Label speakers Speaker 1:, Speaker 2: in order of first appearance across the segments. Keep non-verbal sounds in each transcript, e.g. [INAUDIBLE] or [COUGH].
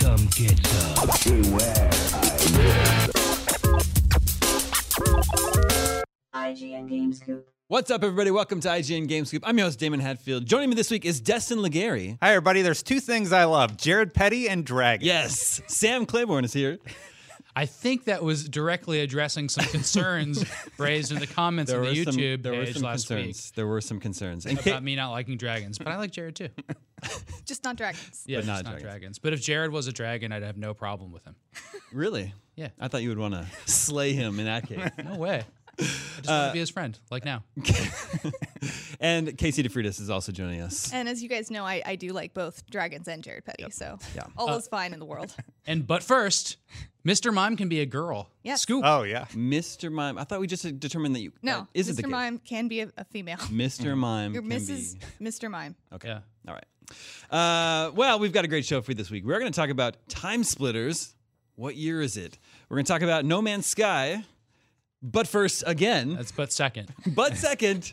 Speaker 1: Come get some.
Speaker 2: IGN Gamescoop.
Speaker 3: What's up, everybody? Welcome to IGN Gamescoop. I'm your host, Damon Hatfield. Joining me this week is Destin Legary.
Speaker 4: Hi, everybody. There's two things I love Jared Petty and Dragon.
Speaker 3: Yes, Sam Claiborne is here.
Speaker 5: I think that was directly addressing some
Speaker 4: [LAUGHS]
Speaker 5: concerns raised in the comments on the
Speaker 3: some,
Speaker 5: YouTube
Speaker 3: there were
Speaker 5: page
Speaker 3: some
Speaker 5: last
Speaker 3: concerns. There were some concerns. And
Speaker 5: week about me not liking dragons, but I like
Speaker 3: [LAUGHS]
Speaker 5: Jared too.
Speaker 6: Just not dragons.
Speaker 5: Yeah,
Speaker 3: But
Speaker 5: just
Speaker 3: not
Speaker 5: not
Speaker 3: dragons.
Speaker 5: dragons. But if Jared was a dragon, I'd have no problem with him.
Speaker 3: really?
Speaker 5: Yeah.
Speaker 3: I thought you would want to [LAUGHS] slay him in that case.
Speaker 5: No way. I just want to
Speaker 3: Uh,
Speaker 5: be his friend,
Speaker 3: [LAUGHS]
Speaker 5: like now.
Speaker 3: and Casey DeFritis is also joining us.
Speaker 6: And as you guys know, I, I do like both dragons and Jared Petty. So
Speaker 3: Yeah. Uh,
Speaker 6: all is fine in
Speaker 3: [LAUGHS]
Speaker 6: the world.
Speaker 5: And but first, Mr. Mime can be a girl.
Speaker 6: Yes.
Speaker 5: Scoop.
Speaker 4: Oh, yeah.
Speaker 3: Mr. Mime, I thought we just determined that you.
Speaker 6: No,
Speaker 3: uh, is it the
Speaker 6: Mr.
Speaker 3: case?
Speaker 6: Mime can be a, a female.
Speaker 3: Mr. Mime.
Speaker 6: [LAUGHS] You're
Speaker 3: can
Speaker 6: Mrs.
Speaker 3: be-
Speaker 6: Mr. Mime.
Speaker 3: Okay.
Speaker 5: Yeah.
Speaker 3: All right. Uh, well, we've got a great show for you this week. We're going to talk about Time Splitters. What year is it? We're going to talk about No Man's Sky. But first, again,
Speaker 5: That's
Speaker 3: [LAUGHS]
Speaker 5: but second.
Speaker 3: but second,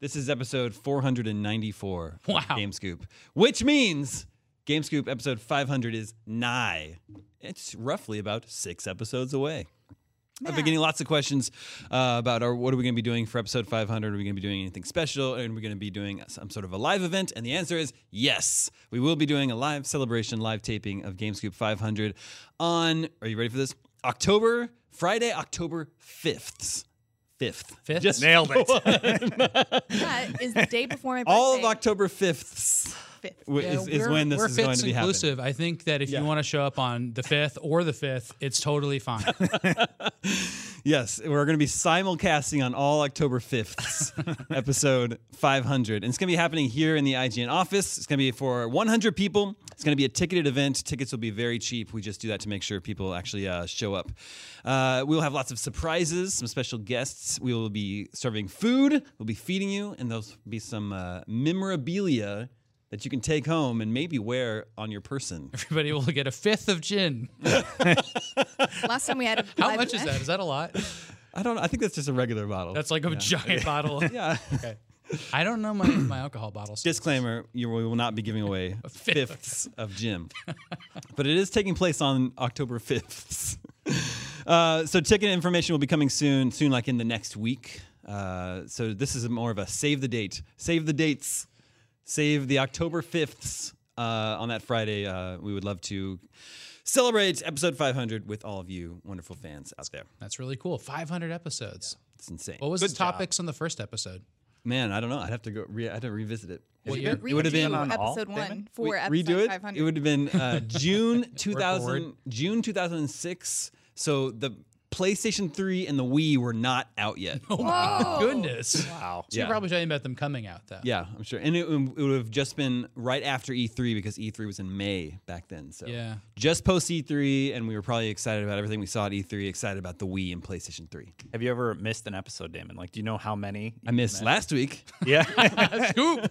Speaker 3: this is episode 494
Speaker 5: Wow.
Speaker 3: of Game Scoop, which means Game Scoop episode 500 is nigh. It's roughly about six episodes away. I've been getting lots of questions uh, about our, what are we going to be doing for episode 500? Are we going to be doing anything special? Are we going to be doing some sort of a live event? And the answer is yes. We will be doing a live celebration, live taping of GameScoop 500 on, are you ready for this? October, Friday, October 5th. 5th.
Speaker 5: Fifth?
Speaker 3: Just
Speaker 4: Nailed [LAUGHS] it.
Speaker 6: That is the day before my
Speaker 3: [LAUGHS]
Speaker 6: birthday.
Speaker 3: all of October 5th
Speaker 6: Fifth.
Speaker 3: w-
Speaker 5: Yeah,
Speaker 3: is, is
Speaker 5: we're-
Speaker 3: when this
Speaker 5: we're
Speaker 3: is going
Speaker 5: fifths
Speaker 3: to be happening.
Speaker 5: inclusive. I think that if
Speaker 3: Yeah.
Speaker 5: you want to show up on the fifth or the fifth, it's
Speaker 3: [LAUGHS]
Speaker 5: totally fine.
Speaker 3: Yes, we're going to be simulcasting on all October
Speaker 5: [LAUGHS]
Speaker 3: 5th, episode 500. And it's going to be happening here in the IGN office. It's going to be for 100 people. It's going to be a ticketed event. Tickets will be very cheap. We just do that to make sure people actually uh, show up. Uh, we'll have lots of surprises, some special guests. We will be serving food. We'll be feeding you, and there'll be some uh, memorabilia that you can take home and maybe wear on your person.
Speaker 5: Everybody will get a fifth of gin.
Speaker 6: Last time
Speaker 3: [LAUGHS]
Speaker 6: we had a
Speaker 5: How
Speaker 6: live
Speaker 5: much is
Speaker 6: event.
Speaker 5: that? Is that a lot?
Speaker 3: I don't. know. I think that's just a regular bottle.
Speaker 5: That's like a giant [LAUGHS] bottle.
Speaker 3: [LAUGHS] yeah.
Speaker 5: Okay. I don't know my, my alcohol bottles.
Speaker 3: Disclaimer: You we will not be giving
Speaker 5: [LAUGHS]
Speaker 3: away
Speaker 5: fifth.
Speaker 3: fifths of Jim, but it is taking place on October fifth. [LAUGHS] Uh, so ticket information will be coming soon, soon like in the next week. Uh, so this is more of a save the date, save the dates, save the October fifths uh, on that Friday. Uh, we would love to celebrate episode 500 with all of you wonderful fans out there.
Speaker 5: That's really cool. 500 episodes.
Speaker 3: It's insane.
Speaker 5: What was the topics on the first episode?
Speaker 3: Man, I don't know. I'd have to go. Re- I'd have to revisit it.
Speaker 5: What
Speaker 3: It-
Speaker 5: year?
Speaker 3: it would have been
Speaker 4: Redo on all,
Speaker 6: episode
Speaker 4: Damon?
Speaker 6: one
Speaker 3: we-
Speaker 6: for
Speaker 3: redo
Speaker 6: episode
Speaker 3: it.
Speaker 6: five hundred.
Speaker 3: It would have been
Speaker 5: [LAUGHS]
Speaker 3: uh, June two
Speaker 5: forward.
Speaker 3: thousand June two thousand six. So the PlayStation three and the Wii were not out yet.
Speaker 5: [LAUGHS] Oh my
Speaker 6: Whoa.
Speaker 5: goodness.
Speaker 4: Wow.
Speaker 5: Oh, So
Speaker 3: Yeah.
Speaker 5: you're probably talking about them coming out though.
Speaker 3: Yeah, I'm sure. And it, um, it would have just been right after E3 because E3 was in May back then. So
Speaker 5: Yeah.
Speaker 3: just post E3, and we were probably excited about everything we saw at E3, excited about the Wii and PlayStation 3.
Speaker 4: Have you ever missed an episode, Damon? Like, do you know how many?
Speaker 3: I missed last
Speaker 5: [LAUGHS]
Speaker 3: week.
Speaker 4: yeah.
Speaker 5: Scoop.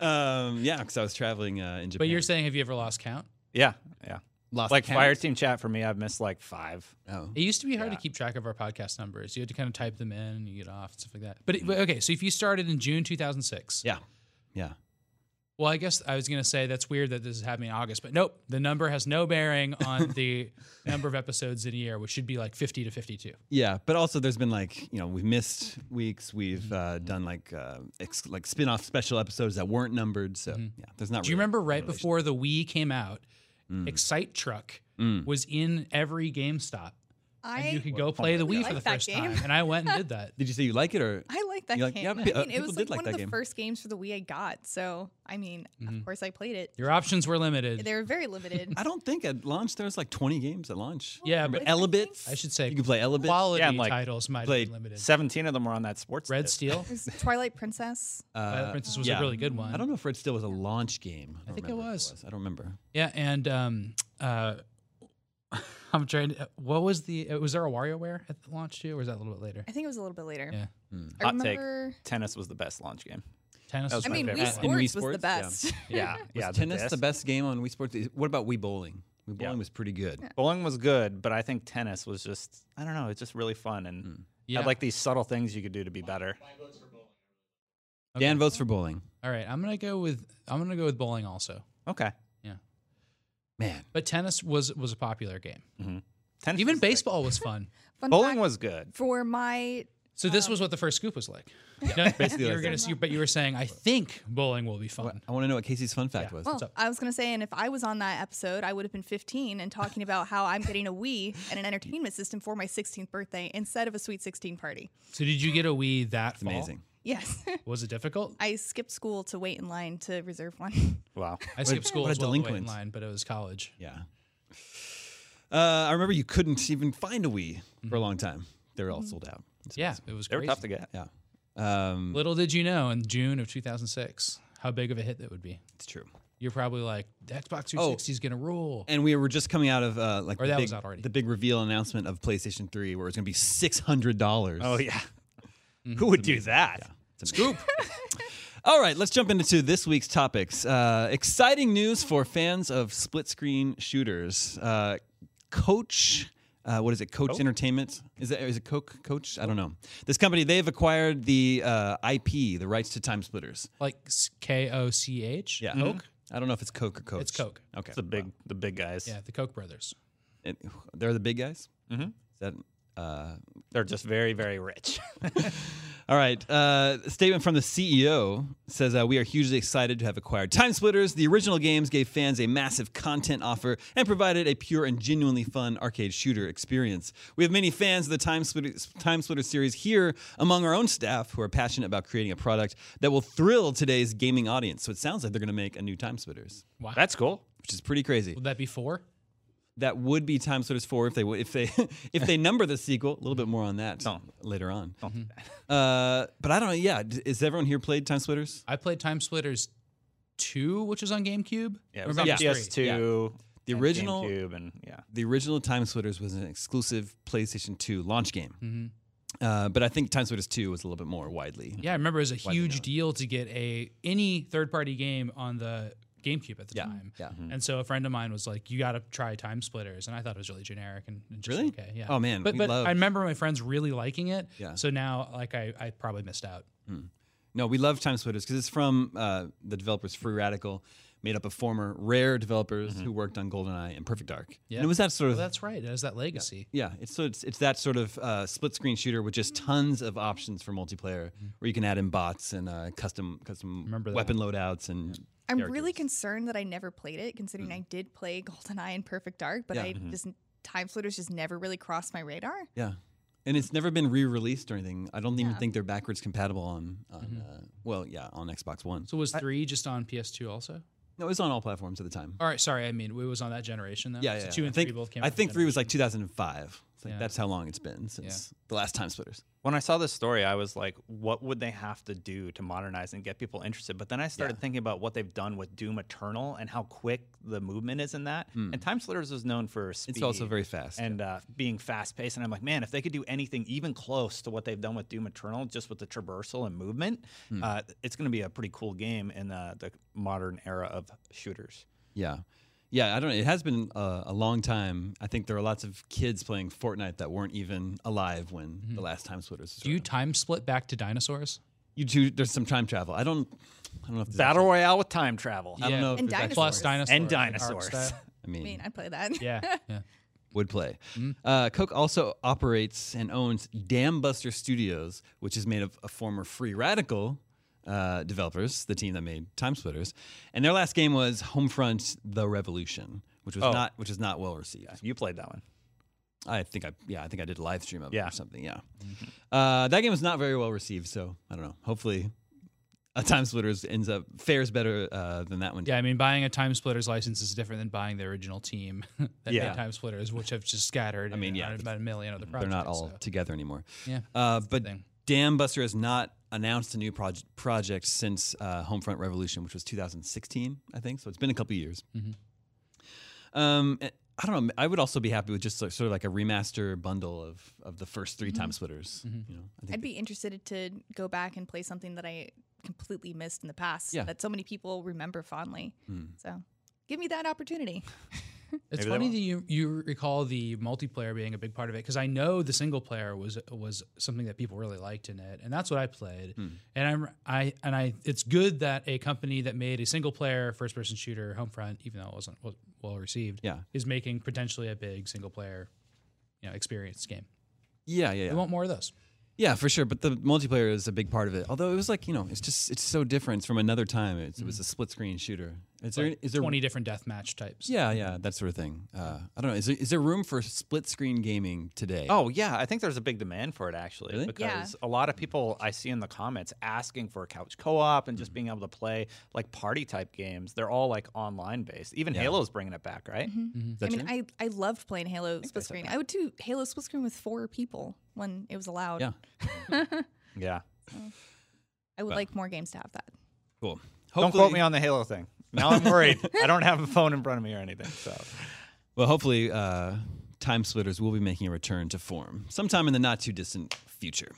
Speaker 3: Um, yeah, because I was traveling uh, in Japan.
Speaker 5: But you're saying, have you ever lost count?
Speaker 4: [LAUGHS] yeah. Yeah.
Speaker 3: Lost
Speaker 4: like
Speaker 3: count.
Speaker 4: fire team chat for me, I've missed like five.
Speaker 3: Oh.
Speaker 5: It used to be hard to keep track of our podcast numbers. You had to kind of type them in and you get off and stuff like that. But, it, but okay, so if you started in June 2006,
Speaker 3: Yeah. Yeah.
Speaker 5: well, I guess I was going to say that's weird that this is happening in August, but nope, the number has no bearing on the number of episodes in a year, which should be like 50 to 52.
Speaker 3: Yeah, but also there's been like you know we've missed weeks, we've uh, done like uh, ex- like spin-off special episodes that weren't numbered. So yeah, there's not.
Speaker 5: Mm-hmm. Do you
Speaker 3: really-
Speaker 5: remember right before the Wii came out, Excite Truck was in every GameStop? And you
Speaker 6: I
Speaker 5: could go play the Wii
Speaker 6: I
Speaker 5: for the
Speaker 6: like that
Speaker 5: first time.
Speaker 6: game.
Speaker 5: And I went and did that.
Speaker 3: Did you say you like it or?
Speaker 6: I like that
Speaker 3: You like-
Speaker 6: game.
Speaker 3: yeah,
Speaker 6: I
Speaker 3: pe- uh,
Speaker 6: mean, it
Speaker 3: people
Speaker 6: was
Speaker 3: did like
Speaker 6: like, one
Speaker 3: that
Speaker 6: of the
Speaker 3: game. Mm-hmm.
Speaker 6: first games for the Wii I got. So I mean, of course I played it.
Speaker 5: Your options were limited.
Speaker 6: They were
Speaker 3: [LAUGHS]
Speaker 6: very limited.
Speaker 3: [LAUGHS] I don't think at launch there was like 20 games at launch.
Speaker 5: Yeah,
Speaker 3: Remember
Speaker 5: but-
Speaker 3: Elebits.
Speaker 5: I should say
Speaker 3: you can play Elebits.
Speaker 5: Quality
Speaker 4: Yeah, and, like,
Speaker 5: titles might be
Speaker 3: played
Speaker 5: limited.
Speaker 4: 17 of them were on that sports.
Speaker 5: Red
Speaker 4: disc.
Speaker 5: Steel.
Speaker 6: There's Twilight Princess.
Speaker 5: Twilight Princess was
Speaker 3: yeah.
Speaker 5: a really good one.
Speaker 3: Uh, I don't know if Red Steel was a launch game. I, don't
Speaker 5: think it
Speaker 3: remember if
Speaker 5: was.
Speaker 3: I don't remember.
Speaker 5: Yeah, and um, uh, [LAUGHS] I'm trying. To, what was the? uh, Was there a WarioWare at the launch too, or was that a little bit later?
Speaker 6: I think it was a little bit later.
Speaker 5: Yeah,
Speaker 6: I
Speaker 4: Hot take.
Speaker 6: remember.
Speaker 4: Tennis was the best launch game.
Speaker 5: tennis.
Speaker 4: That
Speaker 5: was
Speaker 4: was
Speaker 6: I
Speaker 4: my
Speaker 6: mean,
Speaker 4: favorite.
Speaker 6: Wii
Speaker 4: Uh,
Speaker 6: Sports
Speaker 3: in Wii
Speaker 6: was
Speaker 3: Sports,
Speaker 6: the
Speaker 3: yeah.
Speaker 6: best. [LAUGHS]
Speaker 4: Yeah. yeah.
Speaker 3: was tennis the best game on Wii Sports? What about Wii Bowling? Wii Bowling was pretty good.
Speaker 4: Bowling was good, but I think tennis was just, I don't know, it's just really fun and
Speaker 5: Hmm. Yeah.
Speaker 4: had like these subtle things you could do to be better.
Speaker 5: Okay.
Speaker 3: Dan votes for bowling.
Speaker 5: All right, I'm gonna go with I'm gonna go with bowling also,
Speaker 4: Okay.
Speaker 3: Man,
Speaker 5: but tennis was was a popular game.
Speaker 4: Tennis
Speaker 5: Even
Speaker 4: was great.
Speaker 5: baseball was fun.
Speaker 6: Fun
Speaker 4: Bowling
Speaker 6: fact,
Speaker 4: was good.
Speaker 6: for my
Speaker 5: So this was what the first scoop was like. No,
Speaker 3: [LAUGHS] basically
Speaker 5: you
Speaker 3: like
Speaker 5: were gonna
Speaker 3: that.
Speaker 5: see, but you were saying I think bowling will be fun.
Speaker 3: I want to know what Casey's fun fact was.
Speaker 6: Well, I was going to say, and if I was on that episode, I would have been 15 and talking about how I'm getting a Wii and an entertainment system for my 16th birthday instead of a Sweet 16 party.
Speaker 5: So did you get a Wii that
Speaker 3: It's amazing.
Speaker 6: Yes. [LAUGHS]
Speaker 5: Was it difficult?
Speaker 6: I skipped school to wait in line to reserve one. [LAUGHS]
Speaker 4: Wow.
Speaker 5: I skipped school
Speaker 3: what a
Speaker 5: as well to wait in
Speaker 3: delinquent.
Speaker 5: line, but it was college.
Speaker 3: Yeah. Uh, I remember you couldn't even find a Wii
Speaker 5: Mm-hmm.
Speaker 3: for a long time. They were all sold out.
Speaker 5: Yeah, it was.
Speaker 4: They were
Speaker 5: crazy.
Speaker 4: tough to get.
Speaker 3: Yeah. Um,
Speaker 5: Little did you know, in June of 2006, how big of a hit that would be.
Speaker 3: it's true. Oh.
Speaker 5: You're probably like, the Xbox 360 is gonna rule.
Speaker 3: and we were just coming out of uh, like
Speaker 5: Or
Speaker 3: the,
Speaker 5: that
Speaker 3: big,
Speaker 5: was out already.
Speaker 3: the big reveal announcement of PlayStation 3 where it was going to be $600.
Speaker 4: Oh, yeah.
Speaker 5: Mm-hmm.
Speaker 4: Who would do that?
Speaker 3: Scoop. [LAUGHS] All right, let's jump into this week's topics. Uh, exciting news for fans of split screen shooters. Uh, Coach. Uh, what is it? Coach Entertainment? Is it, is it Coke? Coach? I don't know. This company, they've acquired the uh, IP, the rights to time splitters.
Speaker 5: like K O C H. Mm-hmm.
Speaker 3: Yeah.
Speaker 5: Coke.
Speaker 3: I don't know if it's Coke or Coach.
Speaker 5: It's Coke.
Speaker 3: Okay.
Speaker 4: It's the big, the big guys.
Speaker 5: Yeah, the Koch brothers.
Speaker 3: And they're the big guys? Mm-hmm. Is that, uh,
Speaker 4: They're just very, very rich.
Speaker 3: All right. Uh, a statement from the CEO says uh, we are hugely excited to have acquired Time Splitters. The original games gave fans a massive content offer and provided a pure and genuinely fun arcade shooter experience. We have many fans of the Time Splitter, Time Splitter series here among our own staff who are passionate about creating a product that will thrill today's gaming audience. So it sounds like they're going to make a new Time Splitters,
Speaker 4: That's cool.
Speaker 3: which is pretty crazy.
Speaker 5: Would that be four?
Speaker 3: That would be Time Splitters Four if they would if they [LAUGHS] if they number the sequel. A little bit more on that
Speaker 4: No.
Speaker 3: later on. Uh, but I don't know. Yeah, d- is everyone here played Time Splitters?
Speaker 5: I played Time Splitters two, which was on GameCube.
Speaker 4: Yeah,
Speaker 5: Or
Speaker 4: it was
Speaker 5: maybe
Speaker 4: on
Speaker 5: it was three.
Speaker 4: PS2,
Speaker 3: The
Speaker 4: and
Speaker 3: original-
Speaker 4: GameCube, and yeah,
Speaker 3: The original Time Splitters was an exclusive PlayStation Two launch game. Uh, but I think Time Splitters Two was a little bit more widely.
Speaker 5: Yeah, I remember it was a huge deal to get a any third party game on the GameCube at the
Speaker 3: Yeah,
Speaker 5: time.
Speaker 3: yeah. mm-hmm.
Speaker 5: And so a friend of mine was like, "You got to try Time Splitters," and I thought it was really generic and, and just
Speaker 3: Really?
Speaker 5: okay. Yeah.
Speaker 3: Oh, man,
Speaker 5: but
Speaker 3: we
Speaker 5: but
Speaker 3: loved-
Speaker 5: I remember my friends really liking it.
Speaker 3: Yeah.
Speaker 5: So now like I I probably missed out.
Speaker 3: No, we love Time Splitters because it's from uh, the developers Free Radical, made up of former Rare developers who worked on GoldenEye and Perfect Dark. Yeah, and it was that sort of
Speaker 5: Well, that's right. It was that legacy.
Speaker 3: Yeah, it's so it's, it's that sort of uh, split screen shooter with just tons of options for multiplayer, where you can add in bots and uh, custom custom
Speaker 5: Mm-hmm. Remember that
Speaker 3: weapon loadouts and
Speaker 6: I'm really concerned that I never played it, considering I did play GoldenEye and Perfect Dark, but
Speaker 3: Mm. Yeah. Mm-hmm.
Speaker 6: I just Time Splitters just never really crossed my radar.
Speaker 3: yeah. And it's never been re-released or anything. I don't even
Speaker 6: Yeah.
Speaker 3: think they're backwards compatible on, on
Speaker 5: Mm-hmm.
Speaker 3: uh, well, yeah, on Xbox One.
Speaker 5: So was three just on PS2 also?
Speaker 3: No, it was on all platforms at the time.
Speaker 5: All right, sorry. I mean, it was on that generation though.
Speaker 3: Yeah, yeah.
Speaker 5: Oh, So
Speaker 3: yeah.
Speaker 5: two
Speaker 3: I
Speaker 5: and
Speaker 3: think,
Speaker 5: three both came.
Speaker 3: I
Speaker 5: out
Speaker 3: think
Speaker 5: that
Speaker 3: three was like 2005. It's like,
Speaker 5: Yeah.
Speaker 3: That's how long it's been since the last time Splitters.
Speaker 4: When I saw this story, I was like, what would they have to do to modernize and get people interested? But then I started thinking about what they've done with Doom Eternal and how quick the movement is in that. And Time Splitters is known for speed.
Speaker 3: It's also very fast.
Speaker 4: and uh, being fast paced. And I'm like, man, if they could do anything even close to what they've done with Doom Eternal, just with the traversal and movement, uh, it's going to be a pretty cool game in uh, the modern era of shooters.
Speaker 3: yeah. Yeah, I don't know. It has been uh, a long time. I think there are lots of kids playing Fortnite that weren't even alive when the last time Splitters was
Speaker 5: Do you
Speaker 3: around.
Speaker 5: time split back to dinosaurs?
Speaker 3: you two, there's some time travel. I don't I don't know if there's
Speaker 4: Battle
Speaker 3: actually-
Speaker 4: Royale with time travel
Speaker 3: I don't
Speaker 5: Yeah.
Speaker 3: know if
Speaker 6: And
Speaker 3: there's actually-
Speaker 5: Plus dinosaurs
Speaker 4: and
Speaker 5: like art
Speaker 4: dinosaurs. [LAUGHS]
Speaker 5: style.
Speaker 3: I mean,
Speaker 6: I mean, I'd play that.
Speaker 5: yeah, yeah.
Speaker 3: would play. Uh, Coke also operates and owns Dambuster Studios, which is made of a former Free Radical uh, developers, the team that made Time Splitters, and their last game was Homefront: The Revolution, which was
Speaker 4: Oh.
Speaker 3: not which is not well received.
Speaker 4: you played that one.
Speaker 3: I think I yeah I think I did a live stream of it
Speaker 4: Yeah.
Speaker 3: or something. Yeah, uh, that game was not very well received, so I don't know. Hopefully. A time splitters ends up fares better uh, than that one. did.
Speaker 5: Yeah, I mean, buying a Time Splitters license is different than buying the original team [LAUGHS] that
Speaker 4: Yeah.
Speaker 5: made Time Splitters, which have just scattered. I
Speaker 3: mean, yeah, but
Speaker 5: about a million other
Speaker 3: they're
Speaker 5: projects.
Speaker 3: not all
Speaker 5: so,
Speaker 3: together anymore.
Speaker 5: yeah,
Speaker 3: Uh, but
Speaker 5: thing.
Speaker 3: Dan Buster has not announced a new proj- project since uh, Homefront Revolution, which was 2016, I think. So it's been a couple years.
Speaker 5: Mm-hmm.
Speaker 3: Um, and I don't know. I would also be happy with just like, sort of like a remaster bundle of, of the first three
Speaker 5: Mm-hmm.
Speaker 3: time splitters. You know, I think
Speaker 6: I'd be interested to go back and play something that I completely missed in the past
Speaker 3: Yeah. Hmm.
Speaker 6: that so many people remember fondly. So give me that opportunity.
Speaker 5: it's
Speaker 4: Maybe they
Speaker 5: funny
Speaker 4: won't.
Speaker 5: that you you recall the multiplayer being a big part of it because I know the single player was was something that people really liked in it, and that's what I played. And I'm I and I it's good that a company that made a single player first person shooter Homefront, even though it wasn't wa- well received,
Speaker 3: Yeah.
Speaker 5: is making potentially a big single player, you know, experience game.
Speaker 3: yeah, yeah,
Speaker 5: We
Speaker 3: yeah.
Speaker 5: want more of those.
Speaker 3: yeah, for sure. But the multiplayer is a big part of it. Although it was like you know, it's just it's so different from another time. It's, It was
Speaker 4: Mm-hmm.
Speaker 3: a split screen shooter. Is there any-
Speaker 5: Like
Speaker 3: is there
Speaker 5: twenty different deathmatch types?
Speaker 3: yeah, yeah, that sort of thing. Uh, I don't know. Is there, is there room for split screen gaming today?
Speaker 4: Oh yeah, I think there's a big demand for it actually
Speaker 3: Really?
Speaker 6: Yeah.
Speaker 4: because a lot of people I see in the comments asking for a couch co-op and just being able to play like party type games. They're all like online based. Even Halo's bringing it back, right?
Speaker 3: Is that
Speaker 6: I
Speaker 3: true?
Speaker 6: mean, I, I loved playing Halo split screen. I would do Halo split screen with four people when it was allowed.
Speaker 3: yeah.
Speaker 4: Yeah.
Speaker 6: I would like more games to have that.
Speaker 3: Cool.
Speaker 4: Don't quote me on the Halo thing. Now I'm worried. I don't have a phone in front of me or anything. So
Speaker 3: Well, hopefully, uh, Time Splitters will be making a return to form sometime in the not too distant future.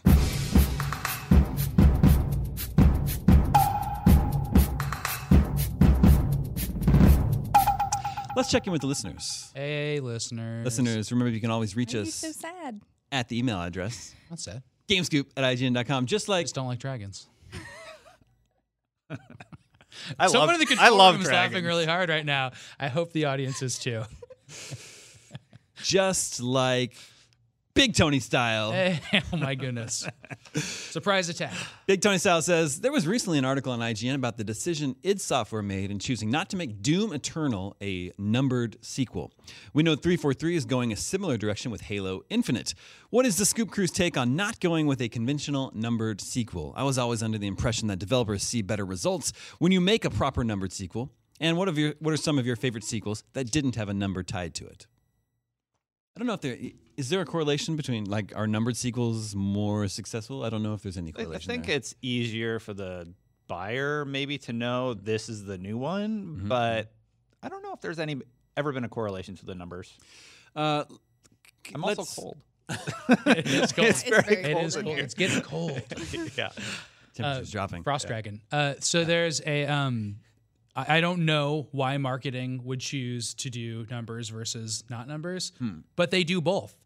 Speaker 3: Let's check in with the listeners.
Speaker 5: Hey, listeners.
Speaker 3: Listeners, remember you can always reach
Speaker 6: Why are you
Speaker 3: us
Speaker 6: so sad?
Speaker 3: at the email address
Speaker 5: That's sad.
Speaker 3: gamescoop at ign.com, just
Speaker 5: I
Speaker 3: like
Speaker 5: just don't like dragons.
Speaker 4: I
Speaker 5: Someone
Speaker 4: love
Speaker 5: in the
Speaker 4: I
Speaker 5: control
Speaker 4: love
Speaker 5: room is laughing
Speaker 4: dragons.
Speaker 5: really hard right now. I hope the audience is too. [LAUGHS]
Speaker 3: just like Big Tony style.
Speaker 5: Hey, oh my goodness. Surprise attack.
Speaker 3: Big Tony Style says there was recently an article on IGN about the decision id Software made in choosing not to make Doom Eternal a numbered sequel. We know 343 is going a similar direction with Halo Infinite. What is the Scoop Crew's take on not going with a conventional numbered sequel? I was always under the impression that developers see better results when you make a proper numbered sequel. And what of your what are some of your favorite sequels that didn't have a number tied to it? I don't know if there is there a correlation between like are numbered sequels more successful? I don't know if there's any
Speaker 4: I- I
Speaker 3: correlation.
Speaker 4: think
Speaker 3: there.
Speaker 4: it's easier for the buyer maybe to know this is the new one, but I don't know if there's any ever been a correlation to the numbers.
Speaker 3: Uh,
Speaker 4: I'm
Speaker 3: let's-
Speaker 4: also cold. [LAUGHS]
Speaker 5: It is cold.
Speaker 4: It's very
Speaker 6: very
Speaker 5: It
Speaker 6: cold
Speaker 5: is
Speaker 6: in
Speaker 5: cold.
Speaker 6: here.
Speaker 5: It's getting cold.
Speaker 4: yeah.
Speaker 3: Temperature's dropping.
Speaker 5: Frost dragon. Uh, so there's a. Um, I I don't know why marketing would choose to do numbers versus not numbers,
Speaker 3: Hmm.
Speaker 5: but they do both.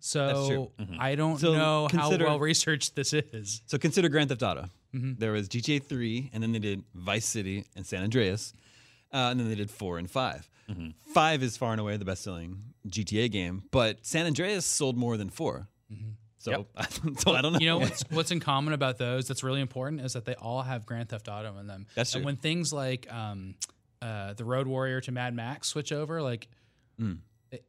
Speaker 5: So I don't
Speaker 3: Mm-hmm. So
Speaker 5: know
Speaker 3: consider-
Speaker 5: how well researched this is.
Speaker 3: So consider Grand Theft Auto.
Speaker 5: Mm-hmm.
Speaker 3: There was GTA 3, and then they did Vice City and San Andreas, uh, and then they did 4 and 5.
Speaker 5: Mm-hmm.
Speaker 3: 5 is far and away the best selling GTA game, but San Andreas sold more than 4. So, so [LAUGHS] I don't know.
Speaker 5: Mm-hmm. You know what's what's in common about those that's really important is that they all have Grand Theft Auto in them.
Speaker 3: That's
Speaker 5: And
Speaker 3: true.
Speaker 5: when
Speaker 3: Hmm.
Speaker 5: things like um, uh, the Road Warrior to Mad Max switch over, like you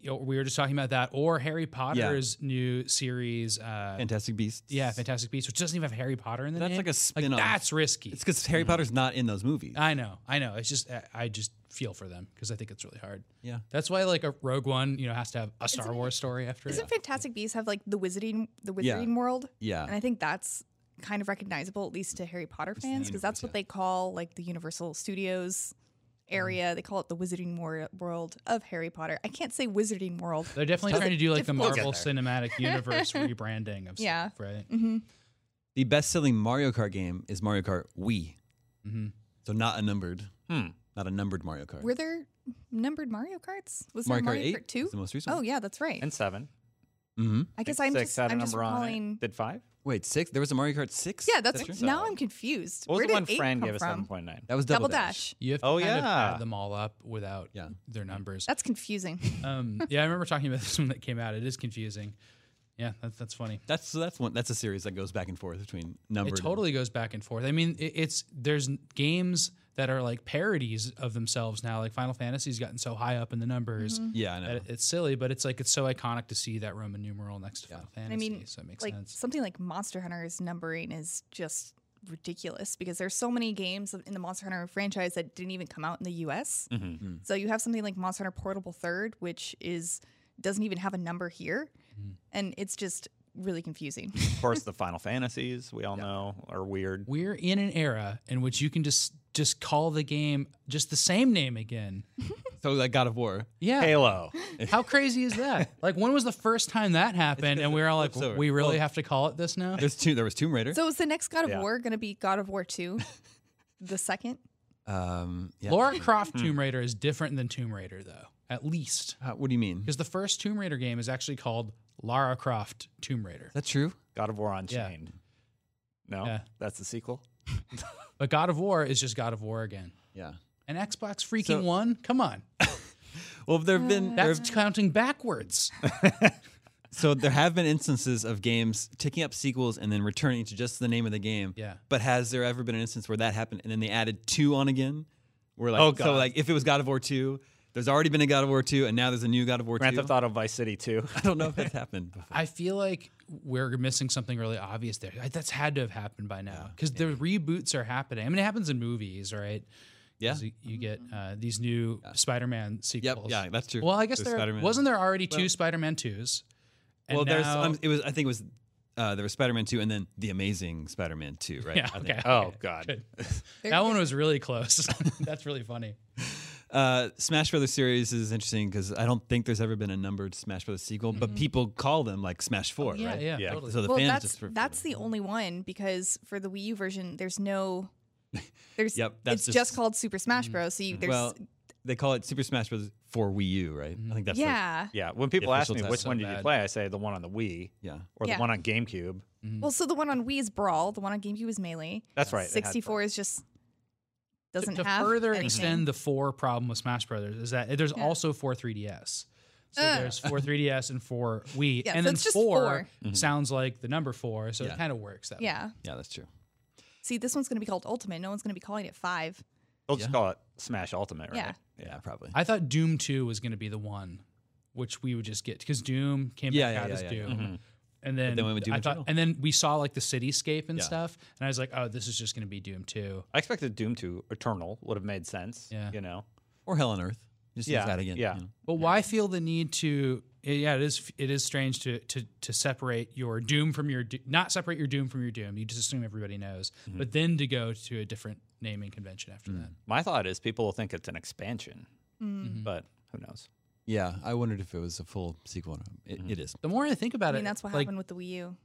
Speaker 5: know, we were just talking about that, or Harry Potter's new series. Uh,
Speaker 3: [LAUGHS] Fantastic Beasts.
Speaker 5: yeah, Fantastic Beasts, which doesn't even have Harry Potter in the
Speaker 3: That's
Speaker 5: name.
Speaker 3: like a spin-off.
Speaker 5: that's risky.
Speaker 3: It's because
Speaker 5: Mm-hmm.
Speaker 3: Harry Potter's not in those movies.
Speaker 5: I know, I know. It's just I- I just feel for them because I think it's really hard.
Speaker 3: Yeah.
Speaker 5: that's why like a Rogue One, you know, has to have a Star
Speaker 6: Isn't it-
Speaker 5: Wars story after it.
Speaker 6: Doesn't Fantastic Beasts have like the wizarding the
Speaker 3: Yeah.
Speaker 6: wizarding world?
Speaker 3: yeah.
Speaker 6: And I think that's kind of recognizable, at least to Harry Potter fans, because that's what they call like the Universal Studios
Speaker 4: Mm-hmm.
Speaker 6: area. They call it the Wizarding wor- World of Harry Potter. I can't say Wizarding World.
Speaker 5: They're definitely trying to do like the
Speaker 6: Difficult.
Speaker 5: Marvel
Speaker 6: [LAUGHS]
Speaker 5: Cinematic Universe rebranding of
Speaker 6: Yeah.
Speaker 5: stuff, right?
Speaker 6: hmm
Speaker 3: the best-selling Mario Kart game is Mario Kart Wii.
Speaker 5: Mm-hmm.
Speaker 3: So not a numbered,
Speaker 4: Hmm.
Speaker 3: not a numbered Mario Kart.
Speaker 6: Were there numbered Mario Karts? Was
Speaker 3: Mario
Speaker 6: there
Speaker 3: Kart
Speaker 6: Mario
Speaker 3: 8
Speaker 6: Kart Two?
Speaker 3: is the most recent.
Speaker 6: Oh yeah, that's right.
Speaker 4: And seven.
Speaker 3: Mm-hmm.
Speaker 6: I guess
Speaker 4: think
Speaker 6: I'm
Speaker 4: six
Speaker 6: just
Speaker 4: had a
Speaker 6: I'm just
Speaker 4: number on it.
Speaker 6: recalling.
Speaker 4: Did five?
Speaker 3: Wait, six? There was a Mario Kart six?
Speaker 6: Yeah, that's,
Speaker 3: That's true.
Speaker 6: now I'm confused.
Speaker 4: What was
Speaker 6: Where
Speaker 4: the
Speaker 6: did
Speaker 4: one
Speaker 6: eight
Speaker 4: Fran
Speaker 6: come
Speaker 4: gave us?
Speaker 6: from?
Speaker 4: Seven point nine.
Speaker 3: That was
Speaker 6: Double
Speaker 3: Double,
Speaker 6: Dash.
Speaker 5: You have to
Speaker 4: Oh,
Speaker 5: kind of
Speaker 4: yeah.
Speaker 5: add them all up without
Speaker 3: Yeah.
Speaker 5: their numbers.
Speaker 6: That's confusing.
Speaker 5: Um, yeah, I remember talking about [LAUGHS] this one that came out. It is confusing. Yeah, that's that's funny.
Speaker 3: That's so that's one. That's a series that goes back and forth between numbered.
Speaker 5: It totally goes back and forth. I mean, it, it's there's n- games that are like parodies of themselves now. Like Final Fantasy's gotten so high up in the numbers
Speaker 6: Mm-hmm.
Speaker 3: And, yeah, I know.
Speaker 5: that it- it's silly, but it's like it's so iconic to see that Roman numeral next to Final Fantasy.
Speaker 6: I mean,
Speaker 5: so it makes
Speaker 6: like
Speaker 5: sense.
Speaker 6: something like Monster Hunter's numbering is just ridiculous because there's so many games in the Monster Hunter franchise that didn't even come out in the U.S.
Speaker 3: Mm-hmm.
Speaker 6: So you have something like Monster Hunter Portable Third, which is doesn't even have a number here,
Speaker 3: Mm-hmm.
Speaker 6: and it's just
Speaker 3: [LAUGHS]
Speaker 6: really confusing.
Speaker 4: Of course, the Final Fantasies we all know are weird.
Speaker 5: We're in an era in which you can just just call the game just the same name again.
Speaker 3: so like God of War.
Speaker 4: [LAUGHS]
Speaker 5: Yeah.
Speaker 4: Halo.
Speaker 5: [LAUGHS] How crazy
Speaker 3: [LAUGHS]
Speaker 5: is that? Like, when was the first time that happened? And we were all like,
Speaker 3: flips over.
Speaker 5: we really
Speaker 3: Well-
Speaker 5: have to call it this now?
Speaker 3: There's two. There was Tomb Raider.
Speaker 6: so is the next God of
Speaker 4: Yeah.
Speaker 6: War going to be God of
Speaker 3: [LAUGHS]
Speaker 6: War Two, the second?
Speaker 3: um, yeah.
Speaker 5: Laura Croft Tomb Raider is different than Tomb Raider, though, at least.
Speaker 3: How- what do you mean? Is
Speaker 5: Because the first Tomb Raider game is actually called Lara Croft Tomb Raider.
Speaker 3: that true?
Speaker 4: God of War Unchained. No,
Speaker 5: Yeah.
Speaker 4: that's the sequel.
Speaker 5: But God of War is just God of War again.
Speaker 3: Yeah.
Speaker 5: And Xbox freaking
Speaker 3: So-
Speaker 5: one? Come on.
Speaker 3: [LAUGHS] Well, there have
Speaker 6: Uh,
Speaker 3: been there
Speaker 5: That's
Speaker 3: have,
Speaker 5: counting backwards.
Speaker 3: so there have been instances of games taking up sequels and then returning to just the name of the game.
Speaker 5: Yeah.
Speaker 3: But has there ever been an instance where that happened and then they added two on again? Where like
Speaker 4: Oh,
Speaker 3: so
Speaker 4: God.
Speaker 3: like if it was God of War two, there's already been a God of War two and now there's a new God of War
Speaker 4: Grand
Speaker 3: two.
Speaker 4: Theft Auto Vice City [LAUGHS] 2.
Speaker 3: I don't know if that's happened [LAUGHS] before.
Speaker 5: I feel like we're missing something really obvious there. Like, That's had to have happened by now because the reboots are happening. I mean, it happens in movies, right?
Speaker 3: Yeah.
Speaker 5: 'Cause You, you get uh, these new Spider-Man
Speaker 3: Yep.
Speaker 5: sequels.
Speaker 3: Yeah, that's true.
Speaker 5: Well, I guess
Speaker 3: There's
Speaker 5: there
Speaker 3: Spider-Man.
Speaker 5: wasn't there already two Spider-Man twos. And
Speaker 3: well, there's
Speaker 5: now-
Speaker 3: um, it was I think it was uh, there was Spider-Man 2 and then The Amazing Spider-Man 2, right? [LAUGHS]
Speaker 5: [LAUGHS] yeah.
Speaker 3: I think.
Speaker 5: Okay.
Speaker 4: Oh, God.
Speaker 5: That one was really close. [LAUGHS] That's really funny.
Speaker 3: Uh, Smash Brothers series is interesting because I don't think there's ever been a numbered Smash Brothers sequel,
Speaker 6: Mm-hmm.
Speaker 3: but people call them like Smash 4,
Speaker 5: Yeah,
Speaker 3: right?
Speaker 5: yeah,
Speaker 4: Yeah.
Speaker 5: totally.
Speaker 3: So the
Speaker 6: well,
Speaker 3: fans
Speaker 6: that's
Speaker 3: just refer to
Speaker 6: that's
Speaker 3: them.
Speaker 6: the only one because for the Wii U version,
Speaker 3: [LAUGHS]
Speaker 6: there's no. There's
Speaker 3: Yep, that's
Speaker 6: it's just,
Speaker 3: just- Mm-hmm.
Speaker 6: called Super Smash Bros. So you, there's
Speaker 3: well, they call it Super Smash Bros. for Wii U, right? I think that's the-
Speaker 6: yeah.
Speaker 4: Yeah. When people ask
Speaker 3: official
Speaker 4: me
Speaker 3: title.
Speaker 4: which
Speaker 3: So
Speaker 4: one did you
Speaker 5: bad.
Speaker 4: play, I say the one on the Wii
Speaker 3: yeah.
Speaker 4: or
Speaker 6: Yeah.
Speaker 4: the one on GameCube.
Speaker 6: Well, so the one on Wii is Brawl. The one on GameCube is Melee.
Speaker 4: That's right. it had
Speaker 6: 64 is just
Speaker 5: To-
Speaker 6: doesn't
Speaker 5: to
Speaker 6: have
Speaker 5: further
Speaker 6: anything.
Speaker 5: extend the four problem with Smash Brothers is that there's also four 3DS. So
Speaker 6: Ugh.
Speaker 5: there's four 3DS and four Wii,
Speaker 6: Yeah,
Speaker 5: and
Speaker 6: so
Speaker 5: then
Speaker 6: it's just
Speaker 5: four,
Speaker 3: four.
Speaker 5: sounds like the number four, so
Speaker 3: Mm-hmm. Yeah.
Speaker 5: it kind of works that way.
Speaker 6: Yeah.
Speaker 3: Yeah, that's true.
Speaker 6: See, this one's going to be called Ultimate. No one's going to be calling it 5.
Speaker 4: They'll just call it Smash Ultimate, right?
Speaker 6: Yeah.
Speaker 3: Yeah, probably.
Speaker 5: I thought Doom 2 was going to be the one which we would just get because Doom came
Speaker 3: Yeah,
Speaker 5: back
Speaker 3: yeah,
Speaker 5: out
Speaker 3: yeah,
Speaker 5: as
Speaker 3: yeah. Mm-hmm.
Speaker 5: Doom. And then,
Speaker 3: then we went Doom
Speaker 5: I thought,
Speaker 3: Eternal.
Speaker 5: and then we saw like the cityscape and
Speaker 3: Yeah.
Speaker 5: stuff, and I was like, "Oh, this is just going to be Doom 2.
Speaker 4: I expected Doom 2 Eternal would have made sense.
Speaker 5: Yeah.
Speaker 4: You know?
Speaker 3: or Hell on Earth. Just use
Speaker 4: Yeah,
Speaker 3: that again.
Speaker 4: yeah.
Speaker 3: you know.
Speaker 5: But why feel the need to? Yeah, it is. It is strange to to to separate your Doom from your Do- not separate your Doom from your Doom. You just assume everybody knows, but then to go to a different naming convention after that.
Speaker 4: My thought is people will think it's an expansion,
Speaker 6: Mm.
Speaker 4: but who knows?
Speaker 3: Yeah, I wondered if it was a full sequel. Or not. It, it is.
Speaker 5: The more I think about
Speaker 6: I
Speaker 5: it,
Speaker 6: mean, that's what
Speaker 5: like,
Speaker 6: happened with the Wii U.